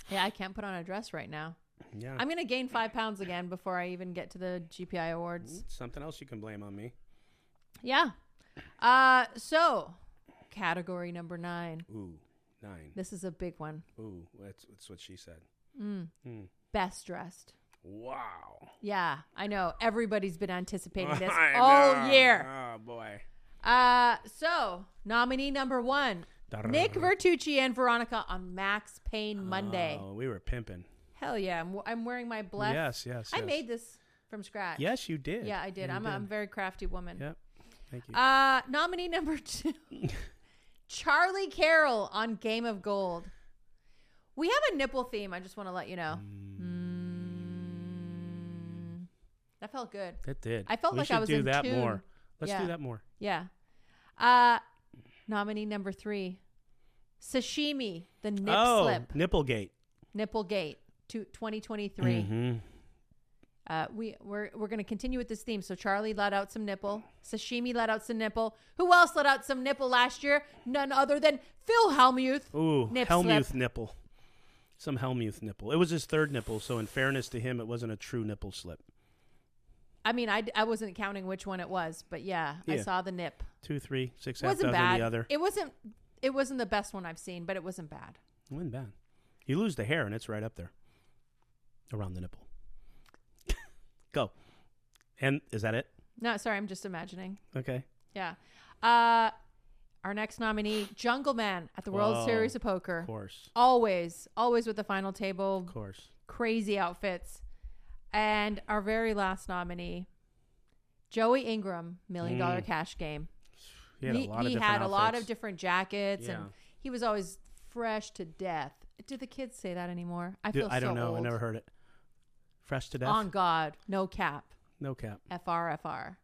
Yeah, I can't put on a dress right now. Yeah. I'm gonna gain five pounds again before I even get to the GPI awards. Something else you can blame on me. Yeah. Uh. So, category number nine. Ooh, nine. This is a big one. Ooh, that's, that's what she said. Mm. Mm. Best dressed. Wow. Yeah, I know. Everybody's been anticipating (laughs) (laughs) this I all know. year. Oh boy. Uh, so nominee number one, Darrrr. (laughs) Nick Vertucci and Veronica on Max Payne Monday. Oh, we were pimping. Hell yeah, I'm, I'm wearing my bless. Yes, yes, I yes. made this from scratch. Yes, you did. Yeah, I did. You I'm, A, did. I'm a very crafty woman. Yep. Thank you. Uh, nominee number (laughs) two, Charlie Carroll on Game of Gold. We have a nipple theme. I just want to let you know. Mm. That felt good. That did. I felt We like I should was do in that tune. more. Let's do Yeah. that more. Yeah. Uh, nominee number three, sashimi, the nip oh, slip, Nipplegate. Nipplegate, to 2023. Mhm. Uh, we we're we're gonna continue with this theme. So Charlie let out some nipple. Sashimi let out some nipple. Who else let out some nipple last year? None other than Phil Hellmuth. Ooh, Nip Helmuth slip. nipple. Some Helmuth nipple. It was his third nipple, so in fairness to him, it wasn't a true nipple slip. I mean, I, I wasn't counting which one it was, but yeah, I Yeah. saw the nip. Two, three, six, half wasn't dozen bad. the other. It wasn't it wasn't the best one I've seen, but it wasn't bad. wasn't bad. You lose the hair, and it's right up there, around the nipple. (laughs) Go. And is that it? No, sorry, I'm just imagining. Okay. Yeah. Uh, our next nominee, Jungle Man at the World Whoa, Series of Poker. of course. Always, always with the final table. Of course. Crazy outfits. And our very last nominee, Joey Ingram, Million Mm. Dollar Cash Game. He had a lot of different had a lot outfits. of different jackets Yeah. and he was always fresh to death. Do the kids say that anymore? I Do- feel I don't so know. old. I never heard it. Fresh to death. On God, no cap. No cap. FRFR.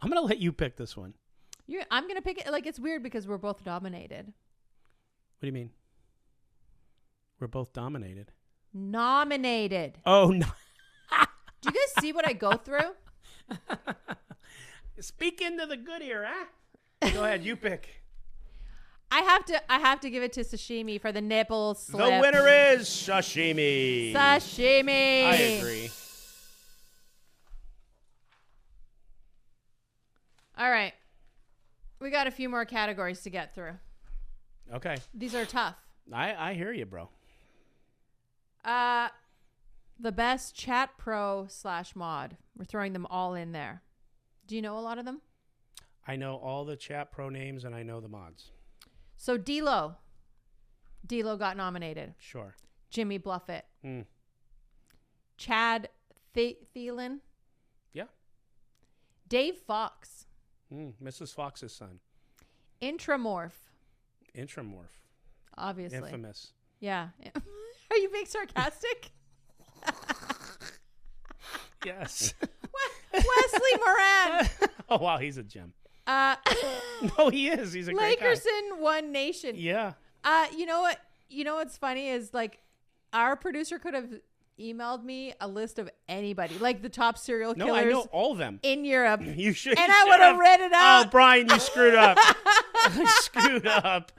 I'm gonna let you pick this one. What You're, I'm gonna pick it. Like it's weird because we're both nominated. do you mean? We're both dominated. Nominated. Oh (laughs) no. Do you guys see what I go through? Speak into the good ear, huh? Go ahead, you (laughs) pick. I have to. I have to give it to sashimi for the nipple slip. The winner is sashimi. sashimi. I agree. All right, we got a few more categories to get through. Okay. These are tough. I I hear you, bro. Uh, the best chat pro slash mod. We're throwing them all in there. Do you know a lot of them? I know all the chat pro names and I know the mods. So D'Lo, D'Lo got nominated. Sure. Jimmy Bluffett, Mm. Chad Th- Thielen, Yeah. Dave Fox, Mm. Mrs. Fox's son, Intramorph, Intramorph, obviously. infamous. Yeah. (laughs) Are you being sarcastic? (laughs) Yes. Wesley Moran. (laughs) oh wow, he's a gem. Uh, (laughs) No, he is. He's a great guy. Lakerson One Nation. Yeah. Uh, you know what? You know what's funny is like our producer could have emailed me a list of anybody, like the top serial No, killers I know all of them. (laughs) (clears throat) in Europe. You should. And you I should would've have. read it out. Oh, Brian, you screwed (laughs) up. (laughs) I screwed up.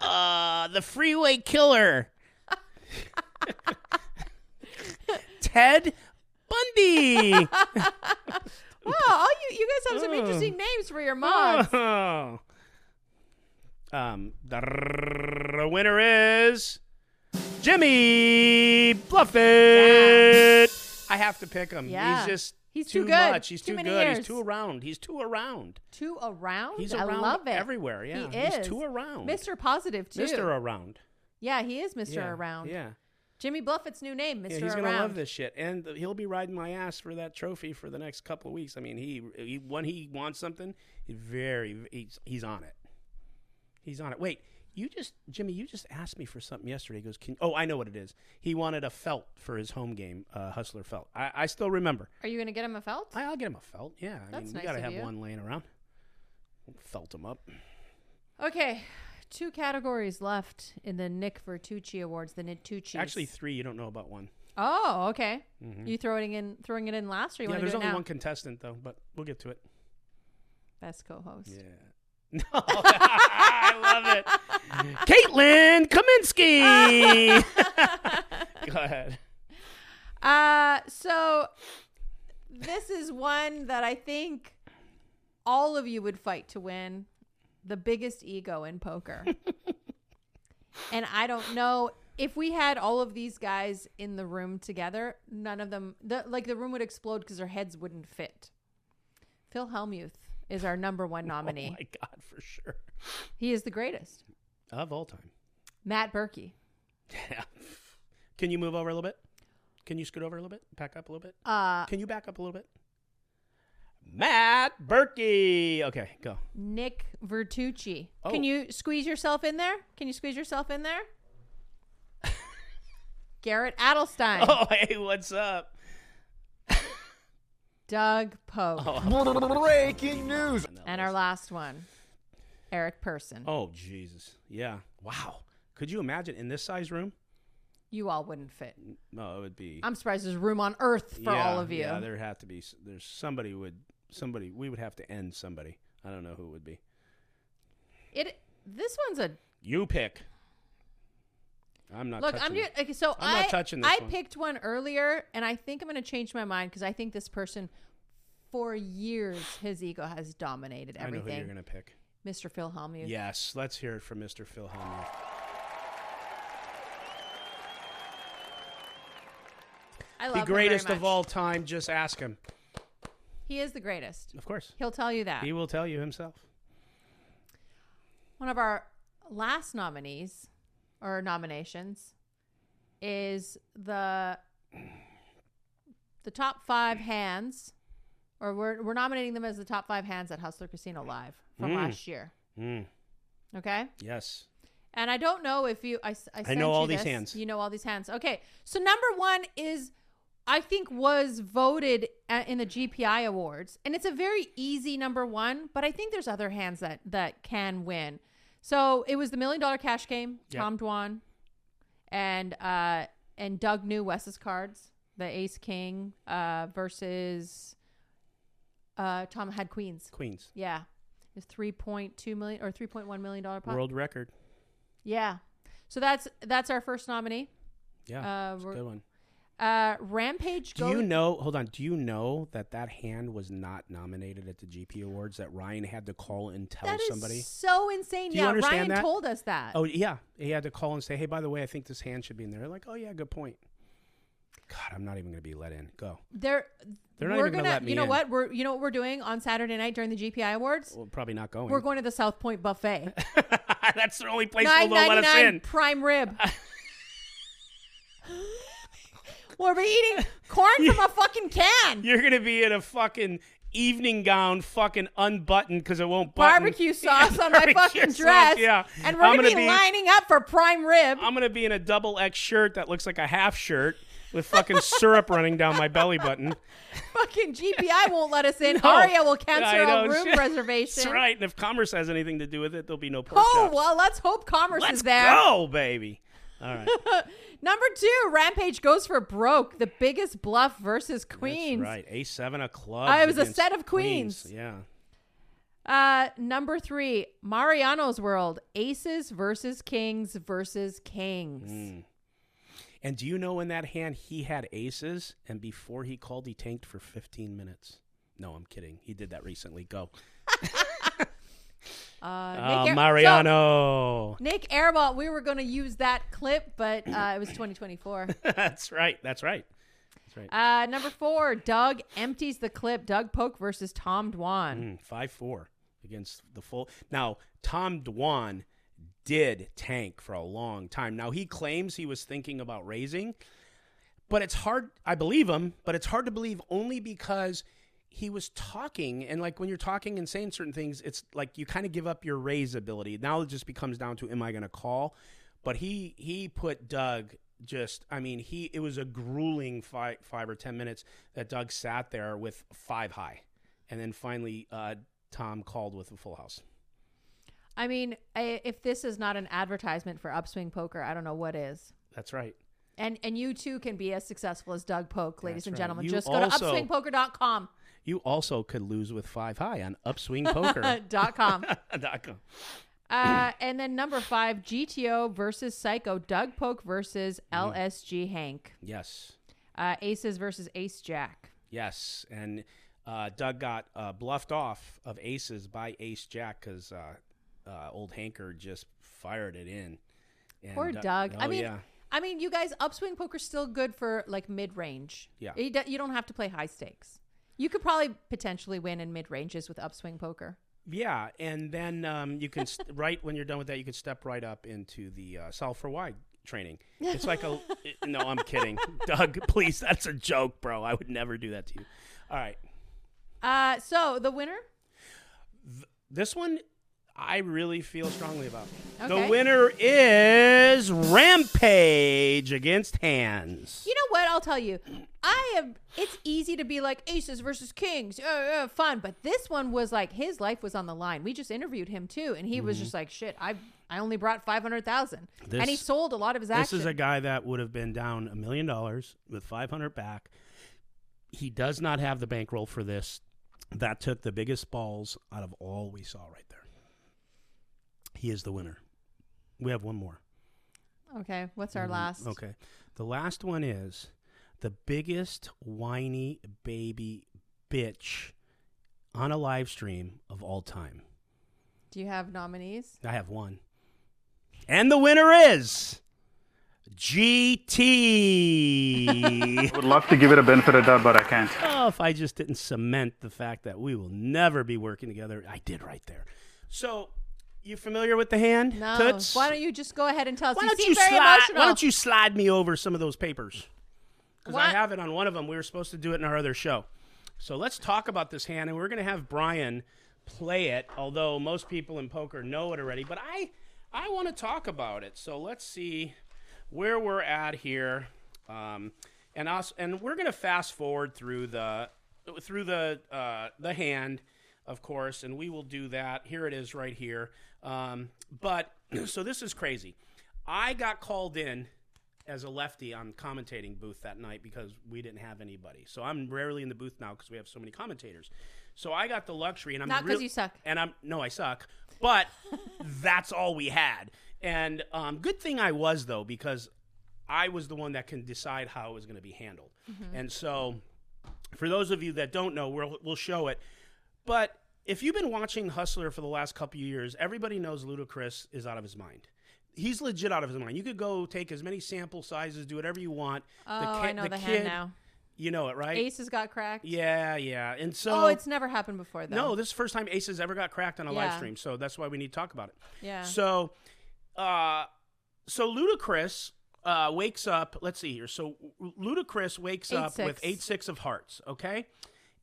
Uh, the freeway (laughs) killer. (laughs) Ted Bundy. Wow, Oh, all you you guys have some Oh. interesting names for (laughs) your mods. Oh. Um, the winner is Jimmy Bluffett. I have to pick him. Yeah. He's just He's too, too good. much. He's Too too, many good. years. He's too around. He's too around. Two around. He's I around love it. everywhere. Yeah, he is. he's two around. Mr. Positive too. Mister around. Yeah, he is Mr. Yeah, Around. Yeah. Jimmy Buffett's new name, Mr. Yeah, he's Around. gonna love this shit, and th- he'll be riding my ass for that trophy for the next couple of weeks. I mean, he, he when he wants something, he very he's, he's on it. He's on it. Wait, you just Jimmy, you just asked me for something yesterday. He goes, Can, oh, I know what it is. He wanted a felt for his home game, uh, Hustler felt. I, I still remember. Are you going to get him a felt? I, will get him a felt. Yeah, I That's mean, nice we gotta of have you. one laying around. Felt him up. Okay, two categories left in the Nick Vertucci Awards, the Nitucci. Actually, three. You don't know about one. oh, okay. Mhm. You throwing in throwing it in last, or you yeah, want to there's do it only now? one contestant though, but we'll get to it. Best co-host. Yeah. (laughs) I love it. Caitlin (laughs) Kaminsky. Go ahead. Uh, so this is one that I think all of you would fight (laughs) to win. The biggest ego in poker. and I don't know if we had all of these guys in the room together, none of them, the, like the room would explode because their heads wouldn't fit. Phil Hellmuth is our number one nominee. (laughs) Oh my God, for sure. He is the greatest. Of all time. Matt Berkey. Yeah. Can you move over a little bit? Can you scoot over a little bit? Back up a little bit? Uh, Can you back up a little bit? Matt Berkey. Okay, go. Nick Vertucci. Oh. Can you squeeze yourself in there? Can you squeeze yourself in (laughs) there? Garrett Adelstein. (laughs) Oh, hey, what's up? Doug Pope. Oh. Breaking news. And our last one, Eric Person. Oh, Jesus. Yeah. Wow. Could you imagine in this size room? You all wouldn't fit. No, it would be. I'm surprised there's room on earth for Yeah, all of you. Yeah, there have to be. s- There's somebody would somebody we would have to end somebody. I don't know who it would be. It. This one's a You pick. I'm not. look. touching I'm it. just okay, so I'm I not touching this I one. picked one earlier, and I think I'm going to change my mind because I think this person, for years, his ego has dominated I know who everything. you're gonna pick. Mr. Phil Hellmuth. Yes, let's hear it from Mr. Phil Hellmuth. I love The him greatest very of much. all time. Just ask him. He is the greatest. Of course. He'll tell you that. He will tell you himself. One of our last nominees or nominations is the the top five hands, or we're we're nominating them as the top five hands at Hustler Casino Live from Mm. last year. Mm, Okay, yes. and I don't know if you I s- I, I sent know all you these this. hands. You know all these hands. Okay, so number one is. I think was voted a- in the GPI awards, and it's a very easy number one. But I think there's other hands that that can win. So it was the million dollar cash game, Yep. Tom Dwan, and uh, and Doug knew Wes's cards, the Ace King uh, versus uh, Tom had Queens. Queens. Yeah, it's three point two million or three point one million dollar pot. World record. Yeah, so that's that's our first nominee. Yeah, uh, it's a we're- good one. Uh, Rampage. Do Go- you know? Hold on. Do you know that that hand was not nominated at the GP Awards? That Ryan had to call and tell That is somebody. so insane. Do you yeah, understand Ryan that? told us that. Oh yeah, he had to call and say, "Hey, by the way, I think this hand should be in there." Like, "Oh yeah, good point." God, I'm not even going to be let in. Go. They're They're not we're even gonna gonna, let me you know in. Oh. what we're you know what we're doing on Saturday night during the GPI awards. Well, probably not going. We're going to the South Point buffet. (laughs) That's the only place Nine they'll let ninety us nine in. prime (laughs) rib. we're eating corn from a fucking can. You're going to be in a fucking evening gown, fucking unbuttoned because it won't button. (laughs) barbecue sauce Yeah, on my barbecue fucking sauce, dress. yeah, and we're I'm gonna, gonna be be- lining up for prime rib. I'm going to be in a double X shirt that looks like a half shirt with (laughs) fucking syrup running down my belly button. (laughs) fucking GPI won't let us in. No. Aria will cancel I our know, room shit. reservation. (laughs) That's right. And if commerce has anything to do with it, there'll be no pork Oh chops. well, let's hope Commerce Let's is there. go, baby. All right. Number two, Rampage goes for broke. The biggest bluff versus Queens. Right. A seven of clubs. Uh, it was a against set of queens. Yeah. Uh, number three, Mariano's World. Aces versus Kings versus Kings. Mm. And do you know in that hand he had aces, and before he called, he tanked for 15 minutes. No, I'm kidding. He did that recently. (laughs) Go. (laughs) Uh, Oh, Nick Air- Mariano. So, Nick Airball. We were going to use that clip, but uh, it was 2024. (laughs) That's right. That's right. That's right. uh, number four, Doug empties the clip. Doug Polk versus Tom Dwan. Mm, 5 4 against the full. Now, Tom Dwan did tank for a long time. Now, he claims he was thinking about raising, but it's hard. I believe him, but it's hard to believe only because he was talking. And like when you're talking and saying certain things, it's like you kind of give up your raise ability. Now it just becomes down to, am I going to call? But he he put Doug just I mean he it was a grueling five five or ten minutes that Doug sat there with five high, and then finally uh, Tom called with a full house. I mean, I, if this is not an advertisement for Upswing Poker, I don't know what is. That's right. And and you too can be as successful as Doug Polk, ladies That's and right. gentlemen. You Just also- go to upswingpoker.com. You also could lose with five high on Upswing (laughs) Poker (laughs) Dot com. Dot com. Uh, and then number five, GTO versus Psycho, Doug Polk versus Mm. LSG Hank. Yes. Uh, aces versus Ace Jack. Yes, and uh, Doug got uh, bluffed off of aces by Ace Jack because uh, uh, old Hanker just fired it in. And Poor Doug. I oh, mean, yeah. I mean, you guys, upswing poker's still good for like mid range. Yeah. You do- you don't have to play high stakes. You could probably potentially win in mid ranges with upswing poker. Yeah, and then um, you can st- (laughs) right when you're done with that, you can step right up into the uh, solve for why training. It's like (laughs) a no, I'm kidding, Doug. Please, that's a joke, bro. I would never do that to you. All right, Uh, so the winner. this one I really feel strongly about. Okay. The winner is Rampage against Hands. You know what? I'll tell you. I am. It's easy to be like aces versus kings, uh, uh, fun. But this one was like his life was on the line. We just interviewed him too, and he was Mhm. just like, "Shit, I I only brought five hundred thousand, and he This- sold a lot of his This action." is a guy that would have been down a million dollars with 500 back. He does not have the bankroll for this. That took the biggest balls out of all we saw right there. He is the winner. We have one more. okay, what's our Mhm. last? Okay. The last one is the biggest whiny baby bitch on a live stream of all time. Do you have nominees? I have one. And the winner is (laughs) GT. I would love to give it a benefit of doubt, but I can't. Oh, if I just didn't cement the fact that we will never be working together, I did right there. So, you familiar with the hand? No. Toots? Oh, Why don't you just go ahead and tell us? Why you don't seem you very slide? emotional. Why don't you slide me over some of those papers? Because I What? have it on one of them. We were supposed to do it in our other show. So let's talk about this hand, and we're going to have Brian play it. Although most people in poker know it already, but I I want to talk about it. So let's see where we're at here, um, and us, and we're going to fast forward through the through the uh, the hand, of course, and we will do that. Here it is, right here. Um, but (clears throat) so this is crazy. I got called in as a lefty on commentating booth that night because we didn't have anybody. So I'm rarely in the booth now because we have so many commentators. So I got the luxury, and I'm Not 'cause real- you suck. And I'm no, I suck, but that's all we had. And um, good thing I was though because I was the one that can decide how it was going to be handled. Mhm. Mm-hmm. And so, for those of you that don't know, we'll we'll show it. But if you've been watching Hustler for the last couple of years, everybody knows Ludacris is out of his mind. He's legit out of his mind. You could go take as many sample sizes, do whatever you want. Oh, I know the, hand now. You know it, right? Aces got cracked. Yeah, yeah. And so oh, it's never happened before though. no, this is the first time Aces ever got cracked on a live Yeah. stream, so that's why we need to talk about it. Yeah. So, uh, so Ludacris uh, wakes up. Let's see here. So Ludacris wakes up with 8-6. eight six of hearts. Okay,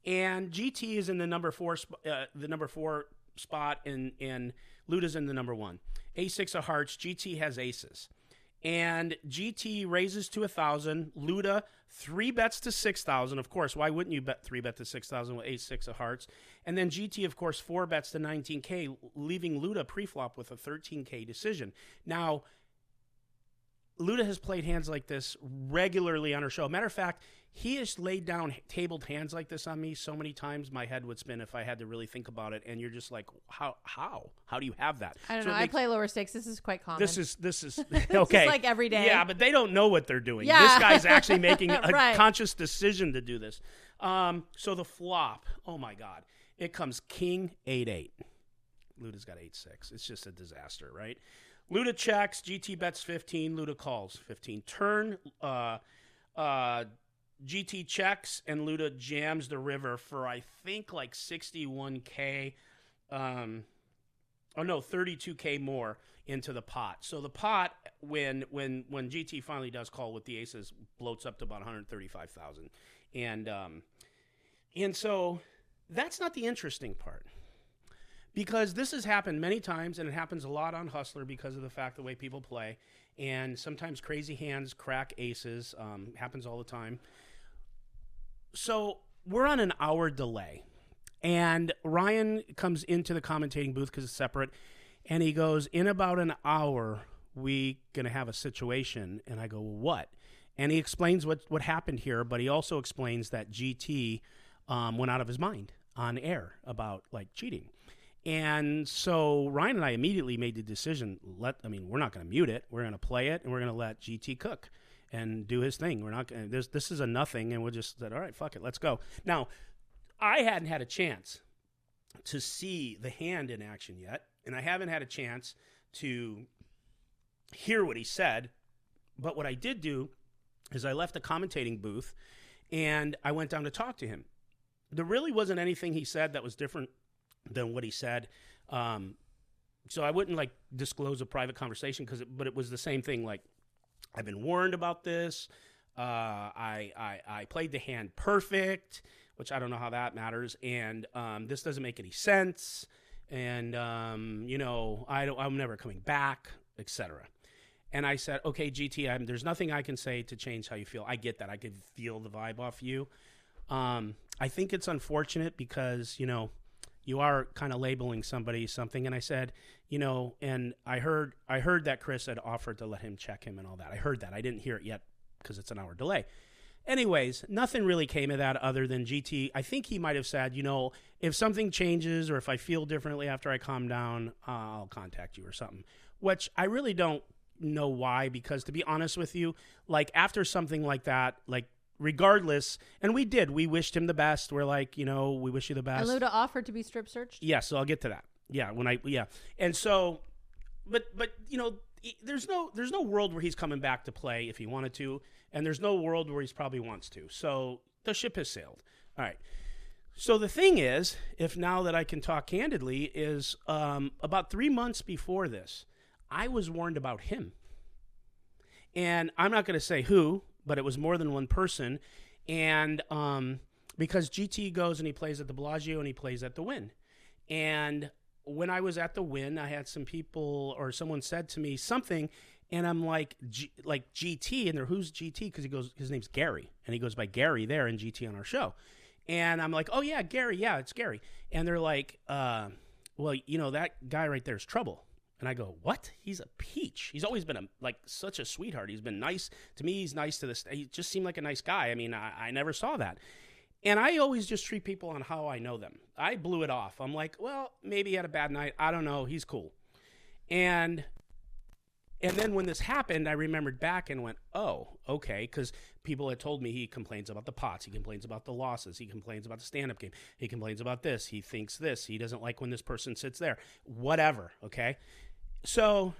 and GT is in the number four, sp- uh, the number four spot, and and Luda's in the number one. A six of hearts. GT has aces. And GT raises to a thousand. Luda three bets to six thousand. Of course, why wouldn't you bet three bet to six thousand with ace six of hearts? And then GT, of course, four bets to nineteen k, leaving Luda preflop with a thirteen k decision. Now, Luda has played hands like this regularly on her show. Matter of fact, he has laid down tabled hands like this on me so many times my head would spin if I had to really think about it. And you're just like, how how how do you have that? I don't So it know. I makes- play lower stakes. This is quite common. This is this (laughs) is is okay. like every day. Yeah, but they don't know what they're doing. Yeah. This guy's (laughs) actually making a Right. conscious decision to do this. Um, so the flop. Oh my God! It comes king eight eight. Luda's got eight six. It's just a disaster, right? Luda checks. GT bets fifteen. Luda calls fifteen. Turn. Uh, uh, GT checks and Luda jams the river for I think like sixty one k. Um, oh no 32k more into the pot so the pot when when when gt finally does call with the aces bloats up to about 135000 and um and so that's not the interesting part because this has happened many times and it happens a lot on hustler because of the fact the way people play and sometimes crazy hands crack aces um, happens all the time so we're on an hour delay and ryan comes into the commentating booth because it's separate and he goes in about an hour we gonna have a situation and i go well, what and he explains what what happened here but he also explains that gt um, went out of his mind on air about like cheating and so Ryan and I immediately made the decision. Let I mean, we're not going to mute it. We're going to play it, and we're going to let GT cook and do his thing. We're not going. This this is a nothing, and we'll just said, all right, fuck it, let's go. Now, I hadn't had a chance to see the hand in action yet, and I haven't had a chance to hear what he said But what I did do is I left the commentating booth and I went down to talk to him. There really wasn't anything he said that was different than what he said. Um, so I wouldn't like disclose a private conversation because, but it was the same thing. Like I've been warned about this. Uh, I, I I played the hand perfect, which I don't know how that matters, and um, this doesn't make any sense. And um, you know, I don't, I'm never coming back, etc. And I said, okay, GT, I'm, there's nothing I can say to change how you feel. I get that. I could feel the vibe off you. Um, I think it's unfortunate because you know you are kind of labeling somebody something and i said you know and i heard i heard that chris had offered to let him check him and all that i heard that i didn't hear it yet because it's an hour delay anyways nothing really came of that other than gt i think he might have said you know if something changes or if i feel differently after i calm down uh, i'll contact you or something which i really don't know why because to be honest with you like after something like that like regardless and we did we wished him the best we're like you know we wish you the best Aluda offered to be strip searched. yeah, so I'll get to that. Yeah, when I yeah, and so, but but you know, e- there's no there's no world where he's coming back to play if he wanted to, and there's no world where he's probably wants to. So the ship has sailed. All right. So the thing is, if now that I can talk candidly, is um, about three months before this, I was warned about him, and I'm not going to say who, but it was more than one person, and um, because GT goes and he plays at the Bellagio and he plays at the Win. And when I was at the Win, I had some people or someone said to me something, and I'm like, G- like GT, and they're who's GT because he goes, his name's Gary, and he goes by Gary there and GT on our show, and I'm like, oh yeah, Gary, yeah, it's Gary, and they're like, uh, well, you know that guy right there is trouble. And I go, what? He's a peach. He's always been a like such a sweetheart. He's been nice to me. He's nice to this. He just seemed like a nice guy. I mean, I, I never saw that. And I always just treat people on how I know them. I blew it off. I'm like, well, maybe he had a bad night. I don't know. He's cool. And and then when this happened, I remembered back and went, oh, okay, because people had told me he complains about the pots, he complains about the losses, he complains about the stand up game, he complains about this, he thinks this, he doesn't like when this person sits there, whatever, okay? So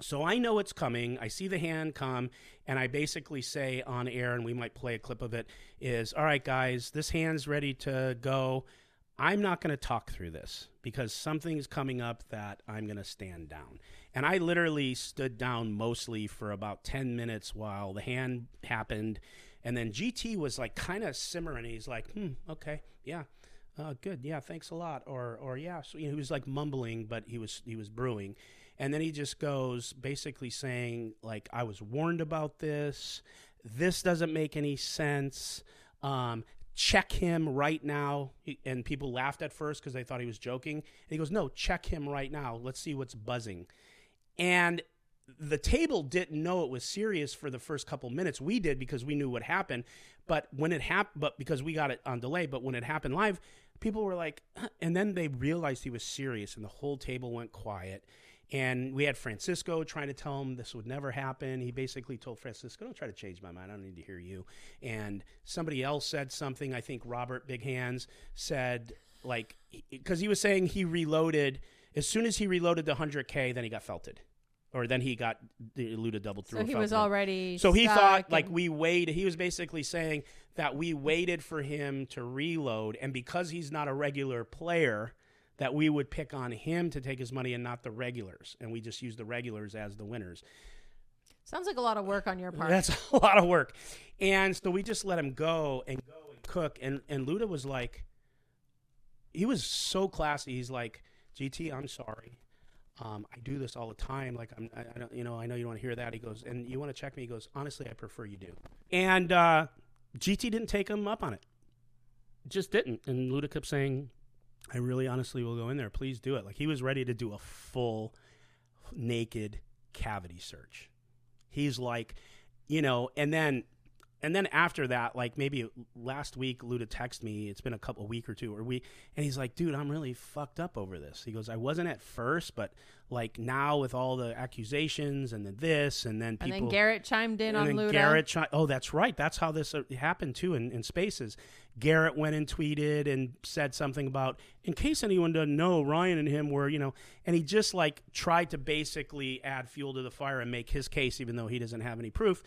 so I know it's coming. I see the hand come, and I basically say on air, and we might play a clip of it is, all right, guys, this hand's ready to go. I'm not going to talk through this because something's coming up that I'm going to stand down. And I literally stood down mostly for about 10 minutes while the hand happened. And then GT was like kind of simmering. He's like, hmm, okay, yeah. Uh, good, yeah, thanks a lot, or or yeah, so you know, he was like mumbling, but he was he was brewing, and then he just goes basically saying like I was warned about this, this doesn't make any sense, um, check him right now, He- and people laughed at first because they thought he was joking, and he goes no, check him right now, let's see what's buzzing, and the table didn't know it was serious for the first couple minutes. We did because we knew what happened. But when it happened, but because we got it on delay, but when it happened live, people were like, "Huh," and then they realized he was serious, and the whole table went quiet. And we had Francisco trying to tell him this would never happen. He basically told Francisco, "Don't try to change my mind. I don't need to hear you." And somebody else said something. I think Robert Big Hands said like because he was saying he reloaded as soon as he reloaded the 100k, then he got felted or then he got the Luda double through. So a he was Falcon. already So he stuck thought like and- we waited. He was basically saying that we waited for him to reload, and because he's not a regular player, that we would pick on him to take his money and not the regulars, and we just use the regulars as the winners. Sounds like a lot of work on your part. That's (laughs) a lot of work. And so we just let him go and go and cook. And, and Luda was like, he was so classy. He's like, GT, I'm sorry. Um, I do this all the time. Like, I'm, I, I don't, you know, I know you don't want to hear that. He goes, and you want to check me? He goes, honestly, I prefer you do. And uh, GT didn't take him up on it. Just didn't. And Luda kept saying, I really honestly will go in there. Please do it. Like, he was ready to do a full naked cavity search. He's like, you know, and then and then after that, like maybe last week, Luda texted me. It's been a couple week or two or week, and he's like, "Dude, I'm really fucked up over this." He goes, "I wasn't at first, but like now with all the accusations and the this, and then And people." then Garrett chimed in and on then Luda. Garrett, chi- oh, that's right. That's how this uh, happened too in, in spaces. Garrett went and tweeted and said something about, in case anyone doesn't know, Ryan and him were, you know, and he just like tried to basically add fuel to the fire and make his case, even though he doesn't have any proof.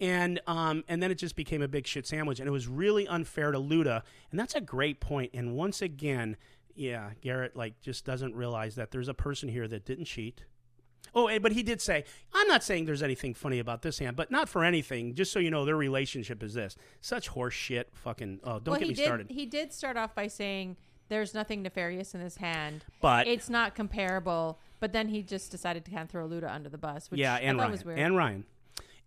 And um, and then it just became a big shit sandwich, and it was really unfair to Luda, and that's a great point. And once again, yeah, Garrett like just doesn't realize that there's a person here that didn't cheat. Oh, and- but he did say, I'm not saying there's anything funny about this hand, but not for anything. Just so you know, their relationship is this. Such horse shit. Fucking, oh, don't well, get he me did, started. He did start off by saying there's nothing nefarious in this hand, But- it's not comparable. But then he just decided to kind of throw Luda under the bus, which yeah, I and thought Ryan. was weird. And Ryan.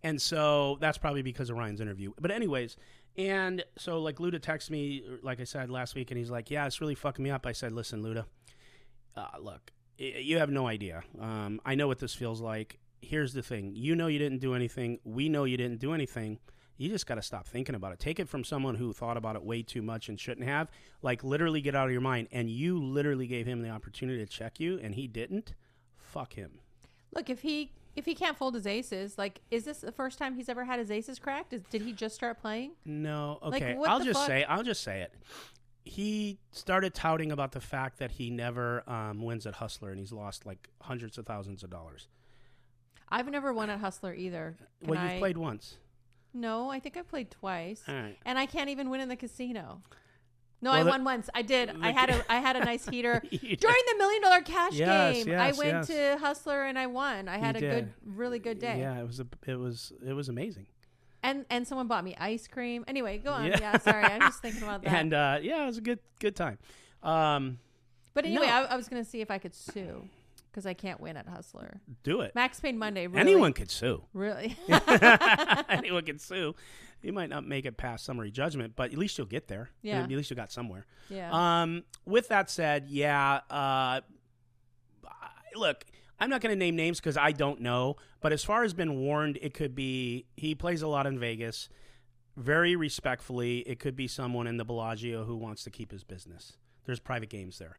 And so that's probably because of Ryan's interview. But, anyways, and so like Luda texts me, like I said last week, and he's like, Yeah, it's really fucking me up. I said, Listen, Luda, uh, look, y- you have no idea. Um, I know what this feels like. Here's the thing you know you didn't do anything. We know you didn't do anything. You just got to stop thinking about it. Take it from someone who thought about it way too much and shouldn't have. Like, literally get out of your mind. And you literally gave him the opportunity to check you, and he didn't. Fuck him. Look, if he if he can't fold his aces, like is this the first time he's ever had his aces cracked? Is, did he just start playing? No, Like, okay. what I'll the just fuck? say I'll just say it. He started touting about the fact that he never um, wins at Hustler and he's lost like hundreds of thousands of dollars. I've never won at Hustler either. Can well, I- you've played once. No, I think I played twice, All right. and I can't even win in the casino. No, Well, I the- won once. I did. the- I had a I had a nice heater (laughs) You during did. the million dollar cash Yes, game. yes, I yes. went to Hustler and I won. I You had a good, did. really good day. Yeah, it was a, it was it was amazing. And and someone bought me ice cream. Anyway, go on. Yeah, Yeah. sorry. I'm just (laughs) thinking about that. And uh, yeah, it was a good good time. Um, but anyway, no. I, I was going to see if I could sue because I can't win at Hustler. do it. Max Payne Monday. Really, Anyone could sue. (laughs) Really? Anyone can sue. You might not make it past summary judgment, but at least you'll get there. Yeah. At least you got somewhere. (laughs) Yeah. Um, with that said, yeah. Uh, I- look, I'm not going to name names because I don't know. But as far as been warned, it could be he plays a lot in Vegas. Very respectfully, it could be someone in the Bellagio who wants to keep his business. There's private games there.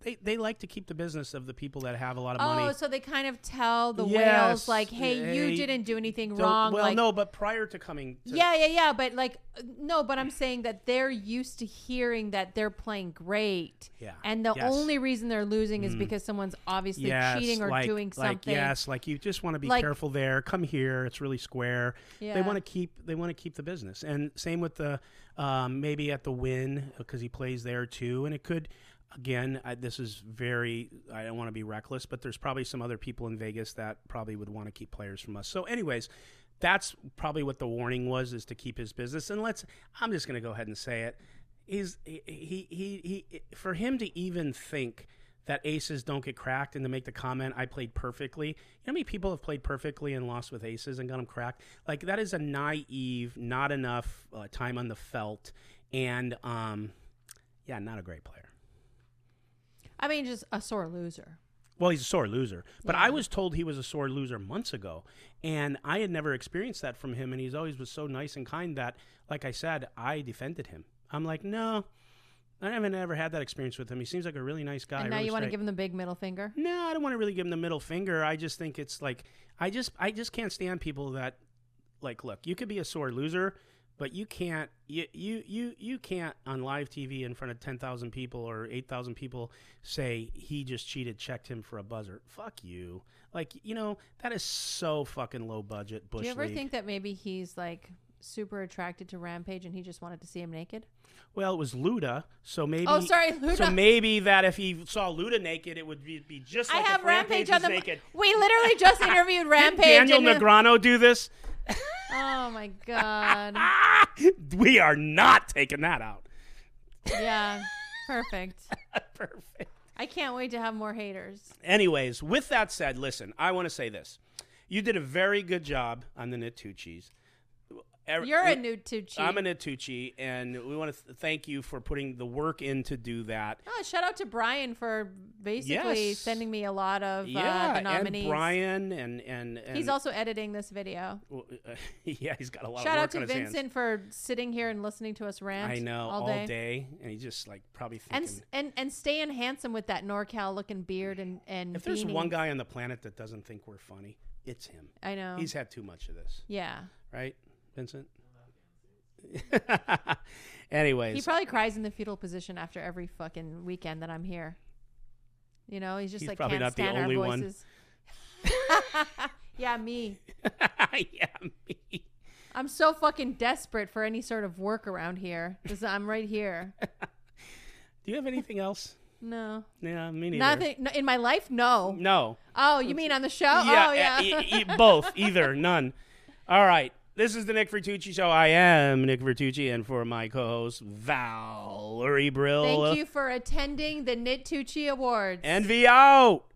They, they like to keep the business of the people that have a lot of money. Oh, so they kind of tell the whales Yes. like, "Hey, you Hey, didn't do anything Don't- wrong." Well, like, no, but prior to coming, to, Yeah, yeah, yeah. But like, uh, no, but I'm saying that they're used to hearing that they're playing great. Yeah. And the Yes. only reason they're losing is Mm. because someone's obviously Yes, cheating or like- doing like, something. yes, like you just want to be Like- careful there. Come here, it's really square. Yeah. They want to keep they want to keep the business, and same with the um, maybe at the win because he plays there too, and it could. Again, I, this is very. I don't want to be reckless, but there's probably some other people in Vegas that probably would want to keep players from us. So, anyways, that's probably what the warning was: is to keep his business. And let's. I'm just going to go ahead and say it. He's he, he he he for him to even think that aces don't get cracked and to make the comment I played perfectly. You know how many people have played perfectly and lost with aces and got them cracked? Like that is a naive, not enough uh, time on the felt, and um, yeah, not a great player. I mean, just a sore loser. Well, he's a sore loser, but I was told he was a sore loser months ago, and I had never experienced that from him. And he's always was so nice and kind that, like I said, I defended him. I'm like, no, I haven't ever had that experience with him. He seems like a really nice guy. and now really you want to straight. give him the big middle finger? No, I don't want to really give him the middle finger. I just think it's like I just I just can't stand people that like look, you could be a sore loser, but you can't you you you, you can't on live TV in front of 10,000 people or 8,000 people say he just cheated, checked him for a buzzer. Fuck you. Like, you know, that is so fucking low budget Bush do you ever League. think that maybe he's like super attracted to Rampage and he just wanted to see him naked? well, it was Luda, so maybe Oh, sorry, So Luda. maybe that if he saw Luda naked, it would be, be just like I if have Rampage, Rampage on was the. naked. We literally (laughs) just interviewed Rampage. Daniel and it- Negrano do this? Oh my god. (laughs) we are not taking that out. yeah. Perfect. Perfect. I can't wait to have more haters. Anyways, with that said, listen, I want to say this. You did a very good job on the Natucci's. Ev- You're a Er, we- Natucci. I'm a Natucci, and we want to th- thank you for putting the work in to do that. Oh, shout out to Brian for basically Yes. sending me a lot of uh, yeah, the nominees. and Brian, and and, and He's also editing this video. Well, uh, (laughs) yeah, he's got a lot Shout of work out to on his hands. Vincent for sitting here and listening to us rant. I know all day. and he's just like probably And, thinking. s- and and staying handsome with that NorCal looking beard and and if there's beanie. one guy on the planet that doesn't think we're funny, it's him. I know. He's had too much of this. Yeah. Right, Vincent. (laughs) Anyways, He probably cries in the fetal position after every fucking weekend that I'm here. You know, he's just He's like probably can't not the stand only our one. voices. (laughs) yeah, me. (laughs) yeah, me. I'm so fucking desperate for any sort of work around here. 'cause I'm right here. Do you have anything else? No. Yeah, me neither. Nothing no- in my life? No. No. Oh, you mean on the show? oh, yeah. uh, e- e- both, (laughs) either, none. All right. This is the Nick Vertucci Show. I am Nick Vertucci, and for my co host, Valerie Brill. eh. Thank you for attending the Nitucci Awards. NVO.